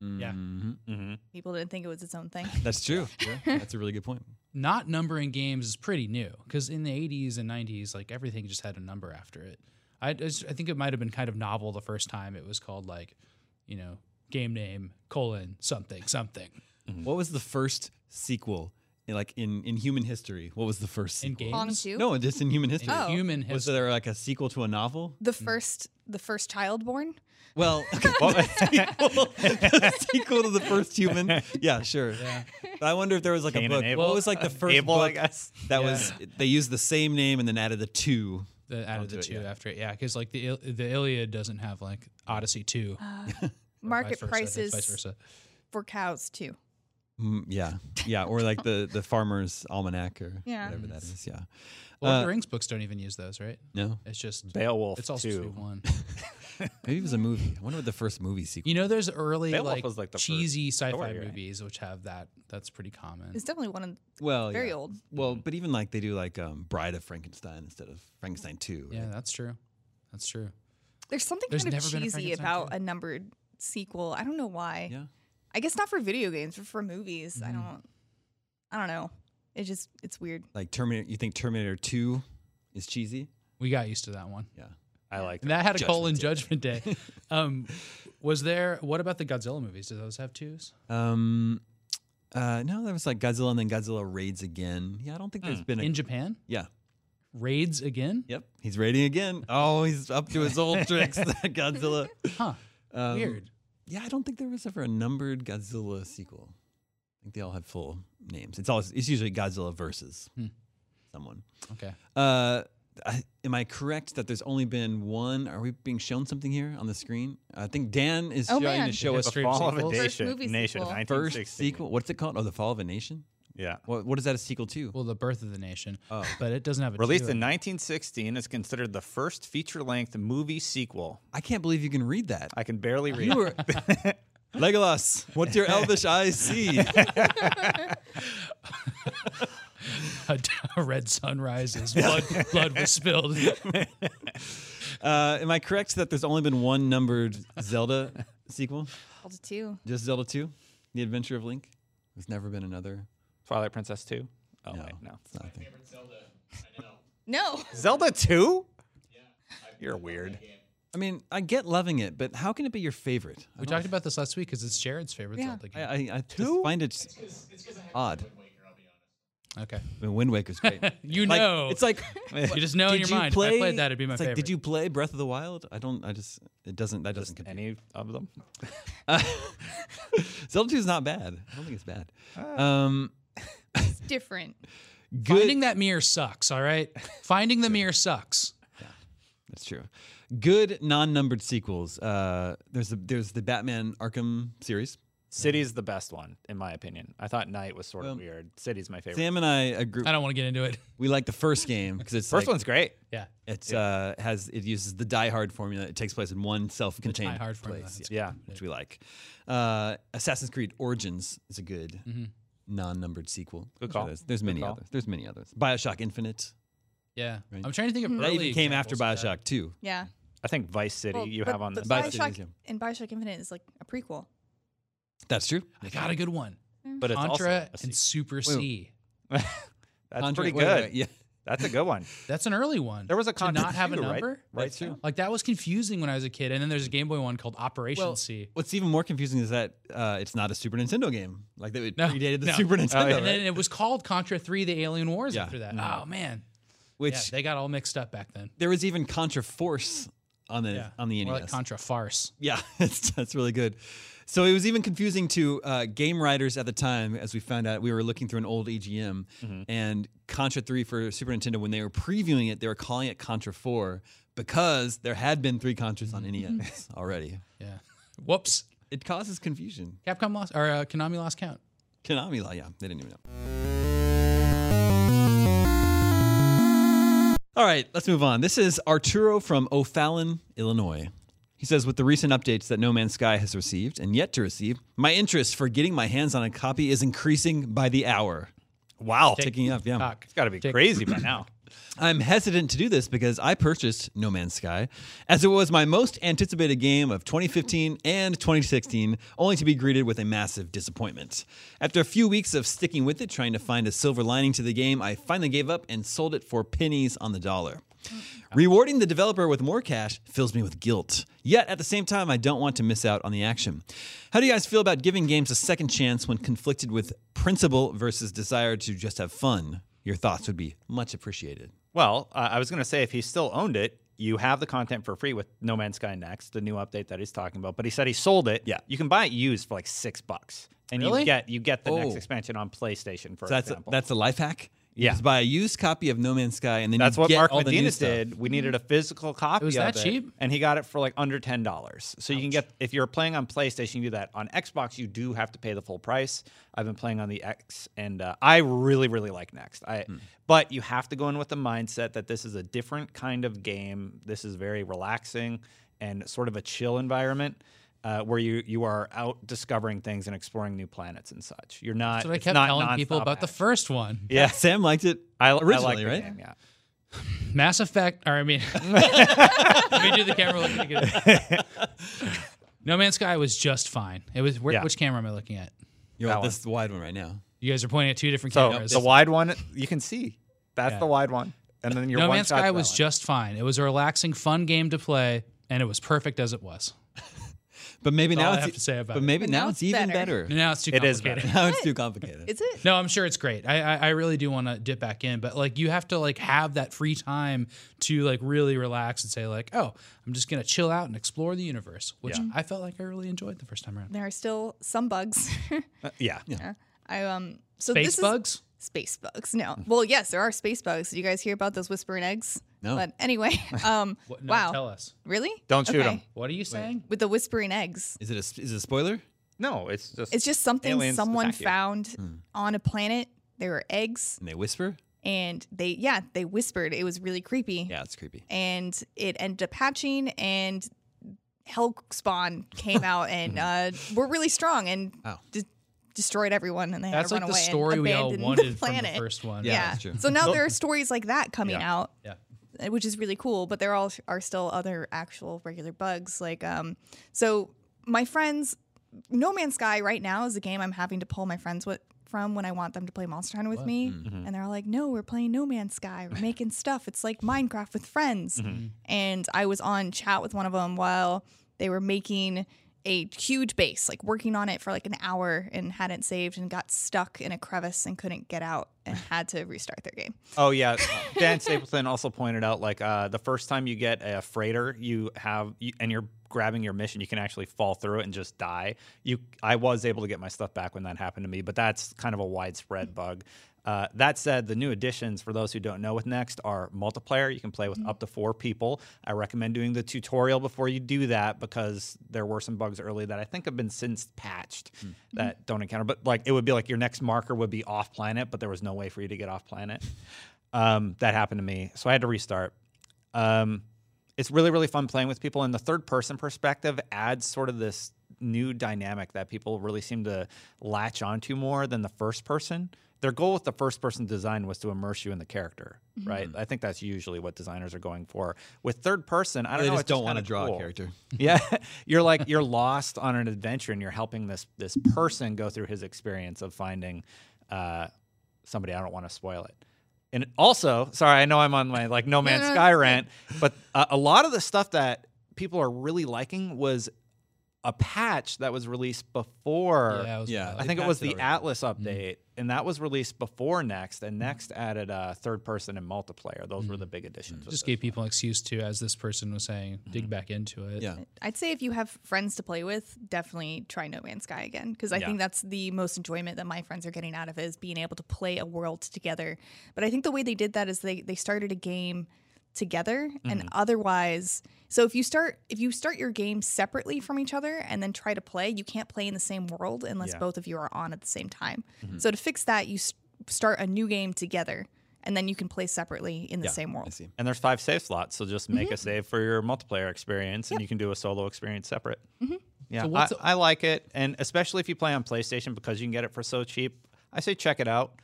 Speaker 5: Yeah.
Speaker 3: Mhm.
Speaker 6: [LAUGHS]
Speaker 4: Mm-hmm.
Speaker 6: People didn't think it was its own
Speaker 5: [LAUGHS]
Speaker 6: thing.
Speaker 3: That's true. Yeah, that's a really good point.
Speaker 5: Not numbering games is pretty new because in the 80s and 90s, like everything just had a number after it. I just- I think it might have been kind of novel the first time it was called like, you know, game name colon something something
Speaker 3: What was the first sequel, in, like in, in human history? What was the first
Speaker 5: in
Speaker 3: sequel?
Speaker 5: games.
Speaker 6: Pong 2?
Speaker 3: No, just in human history.
Speaker 5: In
Speaker 6: Oh.
Speaker 5: human
Speaker 3: Was
Speaker 5: history.
Speaker 3: there like a sequel to a novel?
Speaker 6: The
Speaker 5: Hmm.
Speaker 6: first the first child born?
Speaker 3: Well, [LAUGHS]
Speaker 4: [LAUGHS]
Speaker 3: sequel, sequel to the first human. Yeah, sure. But I wonder if there was like
Speaker 4: Cain
Speaker 3: a book.
Speaker 4: and
Speaker 3: What
Speaker 4: Abel?
Speaker 3: was like the first
Speaker 4: Abel,
Speaker 3: book
Speaker 4: I guess.
Speaker 3: that was they used the same name and then added the two
Speaker 5: the, out of
Speaker 3: Onto
Speaker 5: the
Speaker 3: it,
Speaker 5: two
Speaker 3: yeah.
Speaker 5: after it. Yeah, because like the Il- the Iliad doesn't have like Odyssey two. or
Speaker 6: Uh, Market
Speaker 5: vice versa, vice
Speaker 6: prices
Speaker 5: versa.
Speaker 6: for cows too.
Speaker 3: Mm, yeah, yeah, or like the the farmer's almanac or
Speaker 6: Yeah.
Speaker 3: whatever that is. Yeah,
Speaker 5: Well,
Speaker 3: Uh,
Speaker 5: the Rings books don't even use those, right?
Speaker 3: no,
Speaker 5: It's just
Speaker 4: Beowulf
Speaker 5: it's all supposed to be
Speaker 4: too.
Speaker 5: one.
Speaker 3: maybe it was a movie. I wonder what the first movie sequel.
Speaker 5: You know, there's early
Speaker 4: Beowulf
Speaker 5: like,
Speaker 4: was, like, the first
Speaker 5: cheesy sci-fi
Speaker 4: story, right?
Speaker 5: movies which have that. That's pretty common.
Speaker 6: It's definitely one of
Speaker 5: Oh,
Speaker 3: Well,
Speaker 6: very
Speaker 3: yeah.
Speaker 6: old.
Speaker 3: Well, but even like they do like um, Bride of Frankenstein instead of Frankenstein Two.
Speaker 5: Yeah, that's true. That's true.
Speaker 6: There's something
Speaker 5: There's
Speaker 6: kind of
Speaker 5: never been a
Speaker 6: cheesy
Speaker 5: Frankenstein
Speaker 6: about
Speaker 5: too.
Speaker 6: a numbered sequel. I don't know why.
Speaker 3: Yeah.
Speaker 6: I guess not for video games, but for movies.
Speaker 5: Mm-hmm.
Speaker 6: I don't. I don't know. It just it's weird.
Speaker 3: Like Terminator. You think Terminator Two is cheesy?
Speaker 5: We got used to that one.
Speaker 3: Yeah.
Speaker 4: I like
Speaker 5: And that had a
Speaker 3: Judgment
Speaker 5: colon
Speaker 3: Day.
Speaker 5: Judgment Day. um, was there? What about the Godzilla movies? Do those have twos?
Speaker 3: Um. Uh, no, there was like Godzilla and then Godzilla raids again. Yeah, I don't think there's been a.
Speaker 5: Hmm. In Japan,
Speaker 3: yeah.
Speaker 5: raids again?
Speaker 3: Yep. He's raiding again. Oh, he's up to his
Speaker 5: [LAUGHS]
Speaker 3: old tricks, [LAUGHS] Godzilla.
Speaker 5: Huh?
Speaker 3: Um,
Speaker 5: Weird.
Speaker 3: Yeah, I don't think there was ever a numbered Godzilla sequel. I think they all had full names. It's always it's usually Godzilla versus
Speaker 5: Hmm.
Speaker 3: someone.
Speaker 5: Okay.
Speaker 3: Uh, I, am I correct that there's only been one? Are we being shown something here on the screen? I think Dan is
Speaker 6: Oh,
Speaker 3: trying
Speaker 6: man.
Speaker 3: to show us
Speaker 5: history of
Speaker 4: Fall of a
Speaker 5: sequels.
Speaker 6: First
Speaker 4: Nation,
Speaker 6: movie
Speaker 4: Nation,
Speaker 6: sequel.
Speaker 3: first
Speaker 4: 1916.
Speaker 3: sequel. What's it called? Oh, the Fall of a Nation.
Speaker 4: Yeah.
Speaker 3: What what is that a sequel to?
Speaker 5: Well, the birth of the nation,
Speaker 3: Oh.
Speaker 5: but it doesn't have a
Speaker 4: Released
Speaker 5: two
Speaker 4: in
Speaker 5: it.
Speaker 4: 1916, it's considered the first feature-length movie sequel.
Speaker 3: I can't believe you can read that.
Speaker 4: I can barely read. it.
Speaker 3: [LAUGHS] Legolas, what's your elvish eyes see?
Speaker 5: [LAUGHS] a red sun rises, blood, blood was
Speaker 3: [LAUGHS]
Speaker 5: spilled.
Speaker 3: Uh, am I correct that there's only been one numbered Zelda sequel?
Speaker 6: Zelda two.
Speaker 3: Just Zelda 2, The Adventure of Link. There's never been another.
Speaker 4: Twilight Princess 2. Oh
Speaker 3: No.
Speaker 4: wait, no.
Speaker 3: It's not a thing.
Speaker 6: No. [LAUGHS]
Speaker 4: Zelda 2? You're weird.
Speaker 3: I mean, I get loving it, but how can it be your favorite? I
Speaker 5: We
Speaker 3: don't-
Speaker 5: talked about this last week because it's Jared's favorite
Speaker 6: Yeah.
Speaker 5: Zelda
Speaker 3: I,
Speaker 5: game.
Speaker 3: I, I just find it odd.
Speaker 5: okay.
Speaker 3: I mean, Wind Waker's
Speaker 5: [LAUGHS]
Speaker 3: great.
Speaker 5: You
Speaker 3: Like,
Speaker 5: know.
Speaker 3: it's like
Speaker 5: [LAUGHS]
Speaker 3: [LAUGHS]
Speaker 5: you just know in
Speaker 3: did
Speaker 5: your
Speaker 3: you
Speaker 5: mind.
Speaker 3: Play,
Speaker 5: if I played that, it'd be my
Speaker 3: it's
Speaker 5: favorite.
Speaker 3: Like, did you play Breath of the Wild? I don't. I just. It doesn't. That doesn't compute.
Speaker 4: Any of them?
Speaker 3: Zelda 2 is not bad. I don't think it's bad. Um,
Speaker 4: [LAUGHS]
Speaker 6: It's different.
Speaker 3: good.
Speaker 5: Finding that mirror sucks,
Speaker 3: [LAUGHS]
Speaker 5: all right? Finding the mirror sucks.
Speaker 3: That's true. Good non-numbered sequels. Uh, there's the there's the Batman Arkham series.
Speaker 4: City's the best one, in my opinion. I thought Night was sort
Speaker 3: Well,
Speaker 4: of weird. City's my favorite.
Speaker 3: Sam and I agree.
Speaker 5: I don't want to get
Speaker 3: [LAUGHS]
Speaker 5: into it.
Speaker 3: We like the first game because it's
Speaker 4: First
Speaker 3: like,
Speaker 4: one's great.
Speaker 5: Yeah.
Speaker 3: It's uh has it uses the Die Hard formula. It takes place in one self-contained
Speaker 5: Die Hard formula,
Speaker 3: place,
Speaker 5: that's
Speaker 3: yeah,
Speaker 4: Yeah.
Speaker 3: which we like. Uh, Assassin's Creed Origins is a good
Speaker 5: Mm-hmm.
Speaker 3: non-numbered sequel.
Speaker 4: Good
Speaker 3: Which
Speaker 4: call.
Speaker 3: are those? There's many
Speaker 4: call.
Speaker 3: others. There's many others. Bioshock Infinite.
Speaker 5: Yeah.
Speaker 3: Right.
Speaker 5: I'm trying to think of
Speaker 3: That
Speaker 5: early
Speaker 3: even came after
Speaker 5: examples of that.
Speaker 3: Bioshock Two.
Speaker 6: Yeah.
Speaker 4: I think Vice City
Speaker 6: Well,
Speaker 4: you
Speaker 6: but-
Speaker 4: have on
Speaker 6: but
Speaker 4: this.
Speaker 3: Vice City,
Speaker 6: Bioshock
Speaker 3: yeah.
Speaker 6: and Bioshock Infinite is like a prequel.
Speaker 3: That's true.
Speaker 5: I got a good one.
Speaker 4: but it's also
Speaker 5: Contra
Speaker 4: a
Speaker 5: and
Speaker 4: sequel.
Speaker 5: Super C.
Speaker 4: [LAUGHS] That's
Speaker 3: Contra-
Speaker 4: pretty
Speaker 3: wait,
Speaker 4: good.
Speaker 3: wait, wait, yeah.
Speaker 4: That's a good one.
Speaker 5: That's an early one.
Speaker 4: There was a
Speaker 5: [LAUGHS] to
Speaker 4: Contra
Speaker 5: not have a
Speaker 4: 2, right?
Speaker 5: number.
Speaker 4: Right,
Speaker 3: That's true.
Speaker 4: Sam?
Speaker 5: Like that was confusing when I was a kid. And then there's a Game Boy one called Operation
Speaker 3: Well,
Speaker 5: C.
Speaker 3: what's even more confusing is that uh, it's not a Super Nintendo game. Like they it
Speaker 5: No,
Speaker 3: predated the
Speaker 5: no.
Speaker 4: Oh,
Speaker 3: Super Nintendo,
Speaker 5: and
Speaker 3: right?
Speaker 5: then it was called Contra 3 The Alien Wars
Speaker 3: Yeah. Mm-hmm.
Speaker 5: after that. Oh man.
Speaker 3: which
Speaker 5: Yeah, they got all mixed up back then.
Speaker 3: there was even Contra Force on the
Speaker 5: Yeah.
Speaker 3: on the E
Speaker 5: More
Speaker 3: NES.
Speaker 4: E
Speaker 5: like Contra Farce.
Speaker 3: Yeah, [LAUGHS] that's, that's really good. So it was even confusing to uh, game writers at the time, as we found out. We were looking through an old EGM, and Contra 3 for Super Nintendo, when they were previewing it, they were calling it Contra 4 because there had been three Contras on NES already.
Speaker 4: [LAUGHS]
Speaker 5: Yeah. Whoops.
Speaker 3: It causes confusion.
Speaker 5: Capcom lost or uh, Konami lost count.
Speaker 3: Konami law, yeah, they didn't even know. All right, let's move on. This is Arturo from O'Fallon, Illinois. He says, with the recent updates that No Man's Sky has received and yet to receive, my interest for getting my hands on a copy is increasing by the hour. Wow, ticking up, yeah.
Speaker 5: Fuck.
Speaker 4: It's got to be crazy
Speaker 5: [CLEARS THROAT]
Speaker 4: by now.
Speaker 3: I'm hesitant to do this because I purchased No Man's Sky as it was my most anticipated game of 2015 and 2016, only to be greeted with a massive disappointment. After a few weeks of sticking with it, trying to find a silver lining to the game, I finally gave up and sold it for pennies on the dollar. Rewarding the developer with more cash fills me with guilt. Yet at the same time, I don't want to miss out on the action. How do you guys feel about giving games a second chance when conflicted with principle versus desire to just have fun? Your thoughts would be much appreciated.
Speaker 4: Well, uh, I was going to say if he still owned it, you have the content for free with No Man's Sky Next, the new update that he's talking about. But he said he sold it.
Speaker 3: Yeah.
Speaker 4: you can buy it used for like six bucks, and
Speaker 5: Really?
Speaker 4: you get you get the next
Speaker 3: Oh.
Speaker 4: expansion on PlayStation. For
Speaker 3: So that's a,
Speaker 4: example,
Speaker 3: that's a life hack.
Speaker 4: Yeah.
Speaker 3: Just buy a used copy of No Man's Sky, and then
Speaker 4: That's
Speaker 3: you
Speaker 4: what
Speaker 3: get
Speaker 4: Mark
Speaker 3: all the new
Speaker 4: Medina
Speaker 3: stuff. [LAUGHS]
Speaker 4: did. We needed a physical copy.
Speaker 5: Mm-hmm. was
Speaker 4: of
Speaker 5: that cheap?
Speaker 4: And he got it for like under ten dollars. So you can get if you're playing on PlayStation, you do that. On Xbox, you do have to pay the full price. I've been playing on the X, and uh, I really, really like Next. I,
Speaker 5: Hmm.
Speaker 4: but you have to go in with the mindset that this is a different kind of game. This is very relaxing and sort of a chill environment. Uh, where you you are out discovering things and exploring new planets and such. You're not.
Speaker 5: That's what I
Speaker 4: it's
Speaker 5: kept
Speaker 4: not
Speaker 5: telling people
Speaker 4: nonstop
Speaker 5: about the
Speaker 4: action.
Speaker 5: first one.
Speaker 4: [LAUGHS] Yeah.
Speaker 3: Sam liked it
Speaker 4: I, I
Speaker 3: originally,
Speaker 4: like the
Speaker 3: right?
Speaker 4: game, yeah.
Speaker 5: Mass Effect, or
Speaker 4: [LAUGHS]
Speaker 5: I mean, [LAUGHS] let me do the camera looking again.
Speaker 4: [LAUGHS]
Speaker 5: No Man's Sky was just fine. It was where,
Speaker 4: Yeah.
Speaker 5: which camera am I looking at?
Speaker 3: You want
Speaker 4: That
Speaker 3: this wide one right now.
Speaker 5: You guys are pointing at two different
Speaker 4: So
Speaker 5: cameras.
Speaker 4: the wide one you can see. That's
Speaker 5: Yeah.
Speaker 4: the wide one. And then your
Speaker 5: no
Speaker 4: one
Speaker 5: Man's
Speaker 4: shot's
Speaker 5: Sky
Speaker 4: that
Speaker 5: was
Speaker 4: one.
Speaker 5: just fine. It was a relaxing, fun game to play, and it was perfect as it was.
Speaker 3: But maybe
Speaker 5: That's all
Speaker 3: now
Speaker 5: I
Speaker 3: it's
Speaker 5: have to say about
Speaker 3: But
Speaker 5: it.
Speaker 3: maybe
Speaker 6: But
Speaker 3: now it's even better. [LAUGHS]
Speaker 6: better. [LAUGHS]
Speaker 5: Now it's too
Speaker 4: It is
Speaker 5: complicated.
Speaker 3: Now it's too complicated.
Speaker 4: [LAUGHS]
Speaker 6: Is it?
Speaker 5: No, I'm sure it's great. I I, I really do want to dip back in, but like you have to like have that free time to like really relax and say like, oh, I'm just gonna chill out and explore the universe, which I felt like I really enjoyed the first time around.
Speaker 6: There are still some bugs. [LAUGHS]
Speaker 4: yeah.
Speaker 6: I um. So
Speaker 5: Space
Speaker 6: this is-
Speaker 5: bugs.
Speaker 6: space bugs.
Speaker 4: Hmm.
Speaker 6: No. Well, yes, there are space bugs. Did you guys hear about those whispering eggs?
Speaker 3: No.
Speaker 6: But
Speaker 4: [LAUGHS]
Speaker 6: anyway, [LAUGHS] um,
Speaker 5: What, no,
Speaker 6: wow.
Speaker 5: Tell us.
Speaker 6: Really?
Speaker 4: Don't shoot
Speaker 6: Okay.
Speaker 4: 'em.
Speaker 5: What are you saying?
Speaker 6: With the whispering eggs.
Speaker 3: Is it a, is it a spoiler?
Speaker 4: No, it's just
Speaker 6: It's just something
Speaker 4: Aliens
Speaker 6: someone
Speaker 4: attack you. Hmm.
Speaker 6: found on a planet. There were eggs,
Speaker 3: And they whisper?
Speaker 6: and they yeah they whispered. It was really creepy.
Speaker 3: Yeah, it's creepy.
Speaker 6: And it ended up hatching, and hell spawn
Speaker 5: [LAUGHS]
Speaker 6: came out and uh, were really strong and
Speaker 3: Wow.
Speaker 6: de- destroyed everyone. And they
Speaker 5: Oh. That's
Speaker 6: had to
Speaker 5: like the
Speaker 6: run away and
Speaker 5: story we all
Speaker 6: abandon
Speaker 5: wanted
Speaker 6: the
Speaker 5: from
Speaker 6: planet.
Speaker 5: the first one.
Speaker 3: Yeah.
Speaker 6: Yeah,
Speaker 3: that's true.
Speaker 6: So now there are stories like that coming
Speaker 4: Yeah.
Speaker 6: out,
Speaker 5: Yeah.
Speaker 6: uh, which is really cool. But there all are still other actual regular bugs. Like, um, so my friends, No Man's Sky right now is a game I'm having to pull my friends with from when I want them to play Monster Hunter with me, and they're all like, "No, we're playing No Man's Sky. We're making stuff. It's like Minecraft with friends." And I was on chat with one of them while they were making a huge base, like working on it for like an hour and hadn't saved and got stuck in a crevice and couldn't get out and had to restart their game.
Speaker 4: Oh yeah, Dan Stapleton also pointed out like uh, the first time you get a freighter, you have you, and you're grabbing your mission, you can actually fall through it and just die. You, I was able to get my stuff back when that happened to me, but that's kind of a widespread bug. Uh, that said, the new additions for those who don't know with Next are multiplayer. You can play with up to four people. I recommend doing the tutorial before you do that because there were some bugs early that I think have been since patched that don't encounter. But like it would be like your next marker would be off planet, but there was no way for you to get off planet. Um, that happened to me, so I had to restart. Um, it's really really fun playing with people, and the third person perspective adds sort of this new dynamic that people really seem to latch onto more than the first person. Their goal with the first person design was to immerse you in the character,
Speaker 3: Mm-hmm.
Speaker 4: right? I think that's usually what designers are going for. With third person, I don't
Speaker 3: They
Speaker 4: know.
Speaker 3: just
Speaker 4: it's
Speaker 3: don't want to
Speaker 4: kinda
Speaker 3: draw a
Speaker 4: cool.
Speaker 3: character.
Speaker 4: Yeah, [LAUGHS] you're like you're lost on an adventure, and you're helping this this person go through his experience of finding uh, somebody. I don't want to spoil it. And also, sorry, I know I'm on my like No Man's
Speaker 6: no,
Speaker 4: Sky rant, but uh, a lot of the stuff that people are really liking was a patch that was released before.
Speaker 5: Yeah. it was
Speaker 3: Yeah.
Speaker 5: wild.
Speaker 4: I think it
Speaker 3: patched
Speaker 4: was
Speaker 3: it
Speaker 4: the
Speaker 3: already.
Speaker 4: Atlas update, and that was released before Next, and Next added uh, third person and multiplayer. Those were the big additions. with this
Speaker 5: just gave people an excuse to, as this person was saying, dig back into it.
Speaker 3: Yeah.
Speaker 6: I'd say if you have friends to play with, definitely try No Man's Sky again because I
Speaker 4: Yeah.
Speaker 6: think that's the most enjoyment that my friends are getting out of it is being able to play a world together. But I think the way they did that is they they started a game together
Speaker 3: Mm-hmm.
Speaker 6: and otherwise so if you start if you start your game separately from each other and then try to play you can't play in the same world unless
Speaker 4: Yeah.
Speaker 6: both of you are on at the same time
Speaker 3: Mm-hmm.
Speaker 6: so to fix that you s- start a new game together and then you can play separately in the same world
Speaker 3: I see.
Speaker 4: And there's five save slots, so just
Speaker 5: Mm-hmm.
Speaker 4: make a save for your multiplayer experience, and you can do a solo experience separate. Yeah,
Speaker 5: Mm-hmm. So
Speaker 4: I,
Speaker 5: what's
Speaker 4: I like it, and especially if you play on PlayStation because you can get it for so cheap. I say check it out,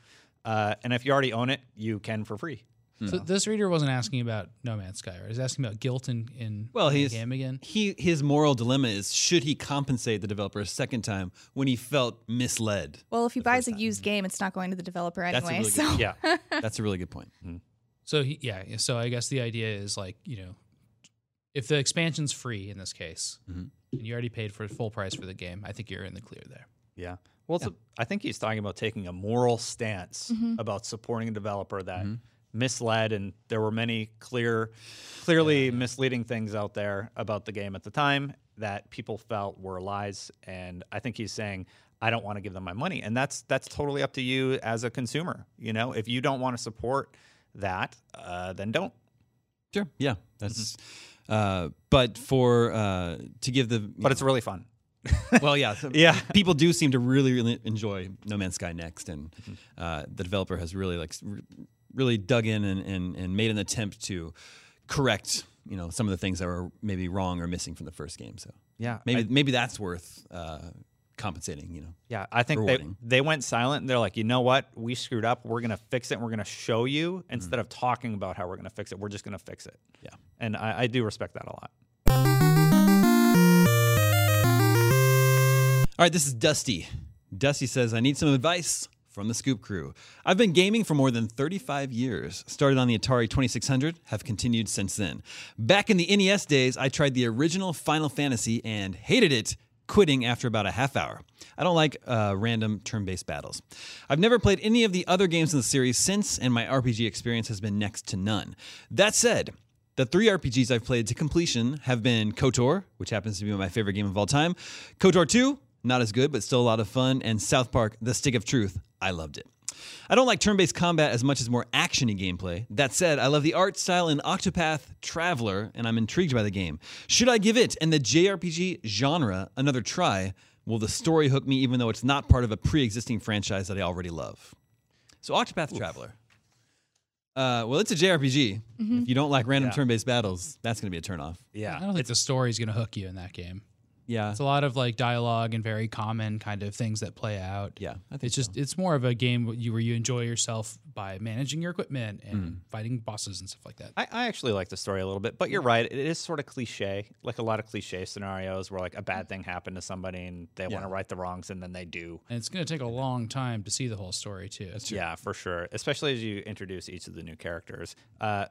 Speaker 4: uh, and if you already own it, you can for
Speaker 5: [LAUGHS]
Speaker 4: free.
Speaker 5: So this reader wasn't asking about No Man's Sky, right? He's asking about guilt in, in
Speaker 3: Well,
Speaker 5: in the
Speaker 3: he's
Speaker 5: game again.
Speaker 3: He his moral dilemma is should he compensate the developer a second time when he felt misled?
Speaker 6: [LAUGHS] well if he buys a used game it's not going to the developer anyway
Speaker 3: mm-hmm. That's a really
Speaker 6: so
Speaker 3: good,
Speaker 4: Yeah,
Speaker 3: That's a really good point.
Speaker 5: So he, yeah, so I guess the idea is like you know, if the expansion's free in this case,
Speaker 3: Mhm.
Speaker 5: and you already paid for full price for the game, I think you're in the clear there.
Speaker 4: yeah. Well, it's a, I think he's talking about taking a moral stance about supporting a developer that misled, and there were many clear, clearly misleading things out there about the game at the time that people felt were lies, and I think he's saying. I don't want to give them my money. And that's that's totally up to you as a consumer. You know, if you don't want to support that, uh, then don't.
Speaker 3: Sure. Yeah. That's.
Speaker 6: Mm-hmm.
Speaker 3: Uh, but for uh, to give the
Speaker 4: But it's really fun.
Speaker 3: well, yeah, so
Speaker 4: Yeah.
Speaker 3: People do seem to really, really enjoy No Man's Sky Next, and
Speaker 4: Mm-hmm.
Speaker 3: uh, the developer has really like s- re- really dug in and, and and made an attempt to correct you know some of the things that were maybe wrong or missing from the first game. So
Speaker 4: Yeah.
Speaker 3: maybe maybe that's worth uh, compensating. You know,
Speaker 4: Yeah, I think they,
Speaker 3: rewarding.
Speaker 4: they went silent and they're like, you know what? We screwed up. We're going to fix it and we're going to show you instead of talking about how we're going to fix it. We're just going to fix it.
Speaker 3: Yeah.
Speaker 4: And I, I do respect that a lot.
Speaker 3: All right, this is Dusty. Dusty says, I need some advice from the Scoop Crew. I've been gaming for more than 35 years. Started on the Atari 2600, have continued since then. Back in the NES days, I tried the original Final Fantasy and hated it, quitting after about a half hour. I don't like uh, random turn based battles. I've never played any of the other games in the series since, and my RPG experience has been next to none. That said, the three RPGs I've played to completion have been KOTOR, which happens to be my favorite game of all time, KOTOR 2, not as good, but still a lot of fun, and South Park, The Stick of Truth. I loved it. I don't like turn based combat as much as more action y gameplay. That said, I love the art style in Octopath Traveler, and I'm intrigued by the game. Should I give it and the JRPG genre another try? Will the story hook me even though it's not part of a pre existing franchise that I already love? So, Octopath Traveler. Uh, well, it's a JRPG. If you don't like random
Speaker 4: Yeah.
Speaker 3: turn-based battles, that's going to be a turnoff.
Speaker 4: Yeah.
Speaker 5: I don't think the story's going to hook you in that game.
Speaker 3: Yeah,
Speaker 5: It's a lot of like dialogue and very common kind of things that play out.
Speaker 3: yeah. I think
Speaker 5: It's just it's more of a game where you where you enjoy yourself by managing your equipment and fighting bosses and stuff like that.
Speaker 4: I, I actually like the story a little bit, but you're right. It is sort of cliche, like a lot of cliche scenarios where like a bad thing happened to somebody and they want to right the wrongs and then they do.
Speaker 5: and it's going to take a long time to see the whole story too. That's
Speaker 4: Yeah, for sure. Especially as you introduce each of the new characters. Uh,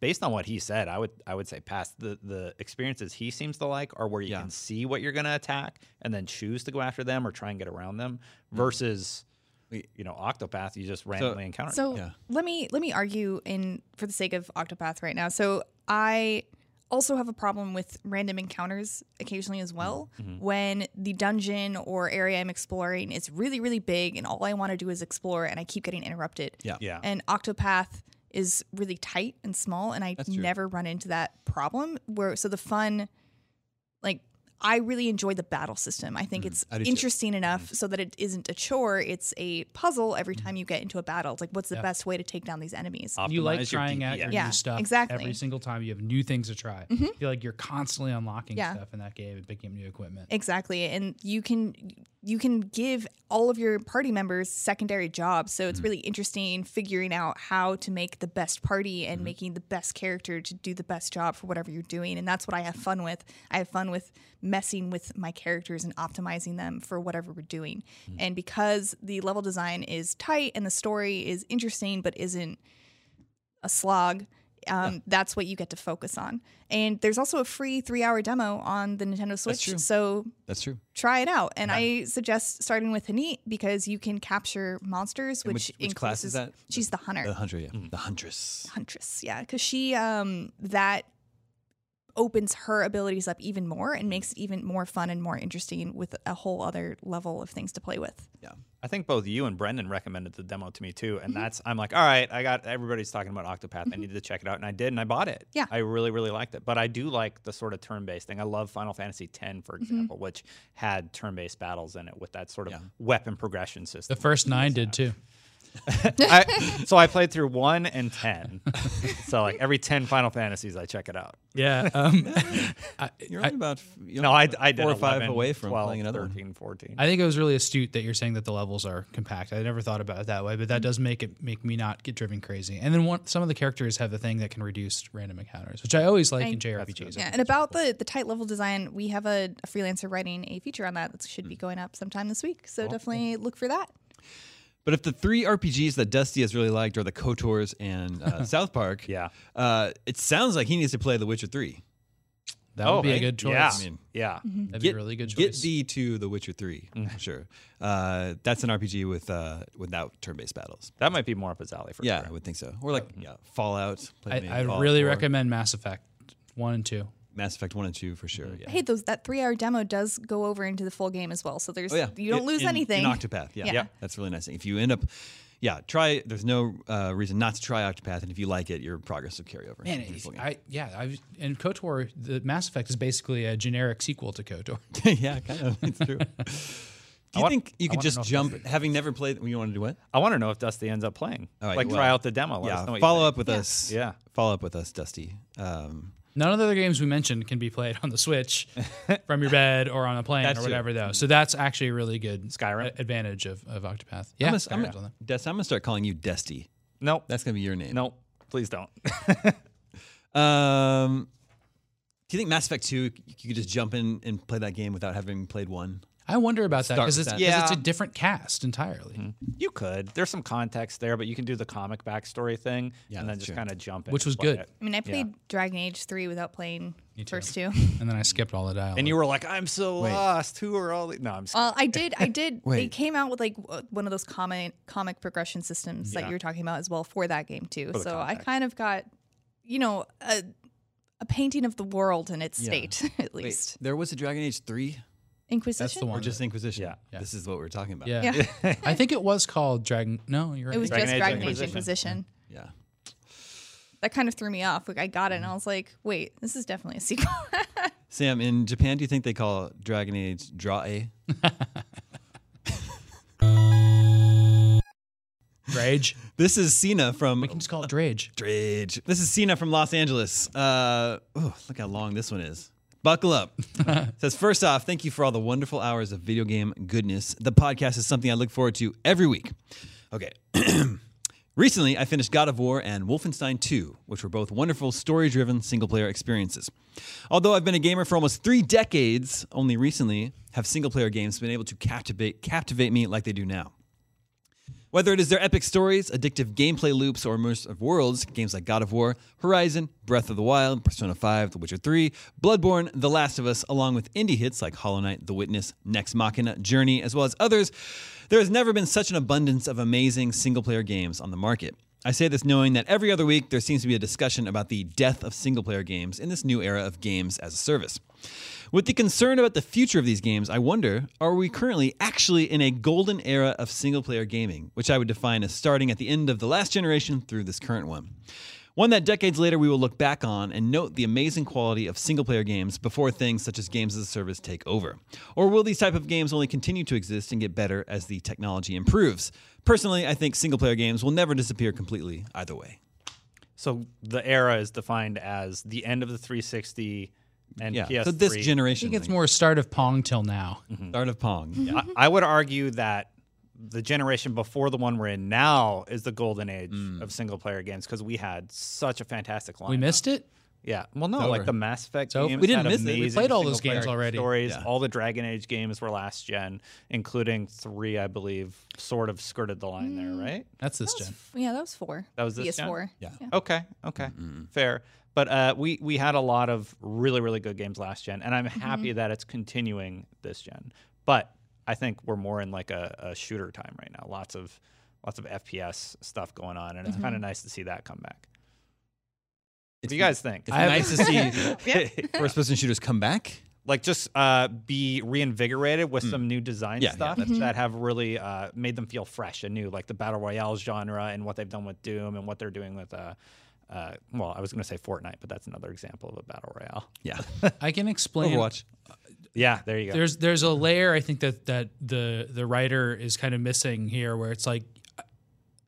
Speaker 4: based on what he said, I would I would say pass. The the experiences he seems to like are where you
Speaker 3: Yeah.
Speaker 4: can see what you're gonna attack and then choose to go after them or try and get around them versus you know, Octopath you just randomly encounter.
Speaker 6: So
Speaker 3: Yeah.
Speaker 6: let me let me argue in for the sake of Octopath right now. So I also have a problem with random encounters occasionally as well
Speaker 3: Mm-hmm.
Speaker 6: when the dungeon or area I'm exploring is really really big and all I want to do is explore and I keep getting interrupted.
Speaker 3: Yeah.
Speaker 4: yeah.
Speaker 6: And Octopath is really tight and small, and I
Speaker 3: true.
Speaker 6: never run into that problem. Where so the fun, like I really enjoy the battle system. I think it's
Speaker 3: Mm, I do too. Mm.
Speaker 6: interesting enough so that it isn't a chore; it's a puzzle every
Speaker 3: Mm-hmm.
Speaker 6: time you get into a battle. It's like, what's the best way to take down these enemies?
Speaker 5: you like
Speaker 4: Optimize your
Speaker 5: trying out
Speaker 4: DPS.
Speaker 5: your
Speaker 6: Yeah,
Speaker 5: new stuff
Speaker 6: exactly. Mm-hmm.
Speaker 5: every single time you have new things to try. I feel like you're constantly unlocking
Speaker 6: Yeah.
Speaker 5: stuff in that game and picking up new equipment.
Speaker 6: Exactly, and you can you can give all of your party members secondary jobs, so it's really interesting figuring out how to make the best party and making the best character to do the best job for whatever you're doing, and that's what I have fun with. I have fun with messing with my characters and optimizing them for whatever we're doing, and because the level design is tight and the story is interesting but isn't a slog. Um, That's what you get to focus on. And there's also a free three hour demo on the Nintendo Switch.
Speaker 3: true.
Speaker 6: So
Speaker 3: that's true.
Speaker 6: try it out. And I suggest starting with Hanit because you can capture monsters,
Speaker 3: And
Speaker 6: which,
Speaker 3: which- which class is
Speaker 6: increases-
Speaker 3: that?
Speaker 6: She's the hunter,
Speaker 3: The hunter, yeah,
Speaker 4: Mm-hmm.
Speaker 3: the huntress.
Speaker 6: huntress. Yeah, because she um, that opens her abilities up even more
Speaker 3: Hmm.
Speaker 6: and makes it even more fun and more interesting with a whole other level of things to play with.
Speaker 4: I think both you and Brendan recommended the demo to me too, and that's I'm like, all right, I got everybody's talking about Octopath. I needed to check it out, and I did, and I bought it.
Speaker 6: Yeah.
Speaker 4: I really, really liked it. But I do like the sort of turn-based thing. I love Final Fantasy X, for example, which had turn-based battles in it with that sort of weapon progression
Speaker 5: The
Speaker 4: system.
Speaker 5: first nine did too.
Speaker 4: [LAUGHS] I, so I played through one
Speaker 3: [LAUGHS]
Speaker 4: and ten. so like every ten Final Fantasies, I check it out.
Speaker 5: [LAUGHS] Yeah, um,
Speaker 3: You're only about f- you're
Speaker 4: No,
Speaker 3: only
Speaker 4: I,
Speaker 3: about
Speaker 4: I did
Speaker 3: four or five
Speaker 4: 11,
Speaker 3: away from
Speaker 4: 12,
Speaker 3: playing another one.
Speaker 4: 13, 14.
Speaker 5: I think it was really astute that you're saying that the levels are compact. I never thought about it that way, but
Speaker 6: Mm-hmm.
Speaker 5: that does make it make me not get driven crazy. And then one, some of the characters have the thing that can reduce random encounters, which I always like in JRPGs.
Speaker 6: Yeah, and about the the tight level design, we have a, a freelancer writing a feature on that that should
Speaker 3: Hmm.
Speaker 6: be going up sometime this week. So definitely look for that.
Speaker 3: But if the three RPGs that Dusty has really liked are the KOTORs and
Speaker 4: [LAUGHS]
Speaker 3: uh, South Park,
Speaker 4: Yeah.
Speaker 3: uh, it sounds like he needs to play The Witcher Three.
Speaker 5: That would be a good choice.
Speaker 4: Yeah,
Speaker 3: I mean,
Speaker 4: yeah.
Speaker 5: That'd be a really good
Speaker 3: Get
Speaker 5: choice.
Speaker 3: thee to The Witcher Three,
Speaker 4: Mm.
Speaker 3: for sure. Uh, that's an RPG with uh, without turn-based battles.
Speaker 4: That might be more up his alley for
Speaker 3: Yeah,
Speaker 4: sure. Mm-hmm.
Speaker 3: I would think so. Or like yeah, Fallout. Play
Speaker 5: I,
Speaker 3: maybe
Speaker 5: I
Speaker 3: Fallout
Speaker 5: really
Speaker 3: 4.
Speaker 5: recommend Mass Effect one and two.
Speaker 3: Mass Effect One and Two for
Speaker 4: Mm-hmm.
Speaker 3: sure. Yeah.
Speaker 6: Hey, those that three hour demo does go over into the full game as well. So there's
Speaker 3: Oh yeah,
Speaker 6: you don't
Speaker 3: In-
Speaker 6: lose
Speaker 3: in-
Speaker 6: anything.
Speaker 3: In Octopath, yeah.
Speaker 6: Yeah. Yeah.
Speaker 3: that's a really nice. Thing. If you end up, yeah, try. There's no uh, reason not to try Octopath, and if you like it, your progress will carry over.
Speaker 5: Man,
Speaker 3: It's a beautiful game.
Speaker 5: I yeah, I've and KOTOR, the Mass Effect is basically a generic sequel to KOTOR.
Speaker 3: [LAUGHS] yeah, kind of. It's true. Do you
Speaker 4: want-
Speaker 3: think you could
Speaker 4: I wanna know
Speaker 3: just
Speaker 4: if
Speaker 3: jump, having never played? You want to do what?
Speaker 4: I want to know if Dusty ends up playing.
Speaker 3: All right,
Speaker 4: like
Speaker 3: well,
Speaker 4: try out the demo. Let us know Oh, what
Speaker 3: yeah,
Speaker 4: you
Speaker 3: follow
Speaker 4: think.
Speaker 3: up with us.
Speaker 4: Yeah.
Speaker 3: follow up with us, Dusty. Um,
Speaker 5: [LAUGHS] None of the other games we mentioned can be played on
Speaker 3: [LAUGHS]
Speaker 5: the Switch from your bed or on a plane
Speaker 3: That's
Speaker 5: or
Speaker 3: true.
Speaker 5: whatever though. So that's actually a really good
Speaker 4: Skyrim?
Speaker 5: a- advantage of, of Octopath. Yeah,
Speaker 3: I'm, gonna, I'm,
Speaker 5: Skyrim's on
Speaker 3: gonna,
Speaker 5: there.
Speaker 3: Des, I'm gonna start calling you Dusty.
Speaker 4: Nope.
Speaker 3: That's gonna be your name.
Speaker 4: Nope. Please don't.
Speaker 3: Um, do you think Mass Effect Two? You could just jump in and play that game without having played one.
Speaker 5: I wonder about that
Speaker 3: Start
Speaker 5: because
Speaker 3: with
Speaker 5: it's,
Speaker 3: that. Mm-hmm.
Speaker 5: 'cause it's
Speaker 4: Yeah.
Speaker 5: a different cast entirely,
Speaker 4: you could. There's some context there, but you can do the comic backstory thing
Speaker 3: Yeah,
Speaker 4: and then
Speaker 3: that's
Speaker 4: just
Speaker 3: true.
Speaker 4: kind of jump in.
Speaker 5: Which
Speaker 4: and
Speaker 5: was
Speaker 4: play
Speaker 5: good.
Speaker 4: it.
Speaker 6: I mean, I played Dragon Age three without playing first
Speaker 4: [LAUGHS]
Speaker 6: two.
Speaker 5: and then I skipped all the dialogue.
Speaker 4: And you were like, I'm so lost. Who are all these? No, I'm just
Speaker 6: Well, I did. I did. they
Speaker 3: Wait.
Speaker 6: came out with like w- one of those comic comic progression systems that you were talking about as well for that game too.
Speaker 4: the
Speaker 6: so I
Speaker 4: context.
Speaker 6: kind of got, you know, a, a painting of the world in its state [LAUGHS] at least.
Speaker 3: there was a Dragon Age Three.
Speaker 6: Inquisition.
Speaker 5: that's the one.
Speaker 3: Or just Inquisition.
Speaker 4: Yeah.
Speaker 5: Yeah.
Speaker 3: This is what we're talking about.
Speaker 5: yeah,
Speaker 6: Yeah,
Speaker 5: I think it was called Dragon. No, you're right.
Speaker 6: it was
Speaker 4: Dragon
Speaker 6: just
Speaker 4: Age
Speaker 6: Dragon Age
Speaker 4: Inquisition.
Speaker 6: Inquisition.
Speaker 3: Yeah.
Speaker 6: That kind of threw me off. Like I got
Speaker 4: Mm-hmm.
Speaker 6: it and I was like, wait, this is definitely a sequel. [LAUGHS]
Speaker 3: Sam, in Japan, do you think they call Dragon Age Draw A?
Speaker 5: Drage.
Speaker 3: This is Cena
Speaker 5: We
Speaker 3: from
Speaker 5: can
Speaker 3: [LAUGHS]
Speaker 5: just call it Drage.
Speaker 3: Drage. This is Cena from Los Angeles. Uh, oh, look how long this one is. Buckle up. Says, first off, thank you for all the wonderful hours of video game goodness. The podcast is something I look forward to every week. Okay. [CLEARS THROAT] Recently, I finished God of War and Wolfenstein 2, which were both wonderful story driven single player experiences. Although I've been a gamer for almost three decades, only recently have single player games been able to captivate, captivate me like they do now. Whether it is their epic stories, addictive gameplay loops, or immersive worlds, games like God of War, Horizon, Breath of the Wild, Persona 5, The Witcher 3, Bloodborne, The Last of Us, along with indie hits like Hollow Knight, The Witness, Next Machina, Journey, as well as others, there has never been such an abundance of amazing single player games on the market. I say this knowing that every other week there seems to be a discussion about the death of single player games in this new era of games as a service. With the concern about the future of these games, I wonder are we currently actually in a golden era of single player gaming, which I would define as starting at the end of the last generation through this current one? One that decades later we will look back on and note the amazing quality of single player games before things such as games as a service take over. Or will these type of games only continue to exist and get better as the technology improves? Personally, I think single player games will never disappear completely either way.
Speaker 4: So the era is defined as the end of the 360 and
Speaker 3: Yeah.
Speaker 4: PS3.
Speaker 3: So this
Speaker 5: I
Speaker 3: generation
Speaker 5: think it's
Speaker 3: thing.
Speaker 5: more start of Pong till now.
Speaker 3: start of Pong. Yeah.
Speaker 4: I, I would argue that the generation before the one we're in now is the golden age of single player games because we had such a fantastic lineup.
Speaker 5: We missed it.
Speaker 4: Yeah. Well, no,
Speaker 3: over.
Speaker 4: like the Mass Effect
Speaker 5: over.
Speaker 4: games.
Speaker 5: We
Speaker 3: didn't
Speaker 4: had
Speaker 3: miss it. We
Speaker 4: amazing
Speaker 5: played all those
Speaker 4: single-player
Speaker 5: games already.
Speaker 4: Stories.
Speaker 3: Yeah.
Speaker 4: All the Dragon Age games were last gen, including three, I believe. Sort of skirted the line there, right?
Speaker 5: That's this gen.
Speaker 6: yeah, that was four.
Speaker 4: That was this gen?
Speaker 6: PS4.
Speaker 3: Yeah.
Speaker 4: Okay, okay, fair. But uh, we we had a lot of really really good games last gen, and I'm happy that it's continuing this gen. But I think we're more in like a, a shooter time right now. Lots of lots of FPS stuff going on, and it's kind of nice to see that come back. What do you guys think? [LAUGHS]
Speaker 3: It's nice to see first person shooters come back.
Speaker 4: like just uh, be reinvigorated with some new design
Speaker 3: Yeah, yeah,
Speaker 4: stuff
Speaker 5: Mm-hmm.
Speaker 3: that's-
Speaker 4: that have really uh, made them feel fresh and new, like the battle royale genre and what they've done with Doom and what they're doing with. Uh, uh, well, I was going to say Fortnite, but that's another example of a battle royale.
Speaker 3: Yeah. [LAUGHS]
Speaker 5: I can explain.
Speaker 3: Overwatch.
Speaker 4: Yeah, there you go.
Speaker 5: There's there's a layer I think that that the the writer is kind of missing here, where it's like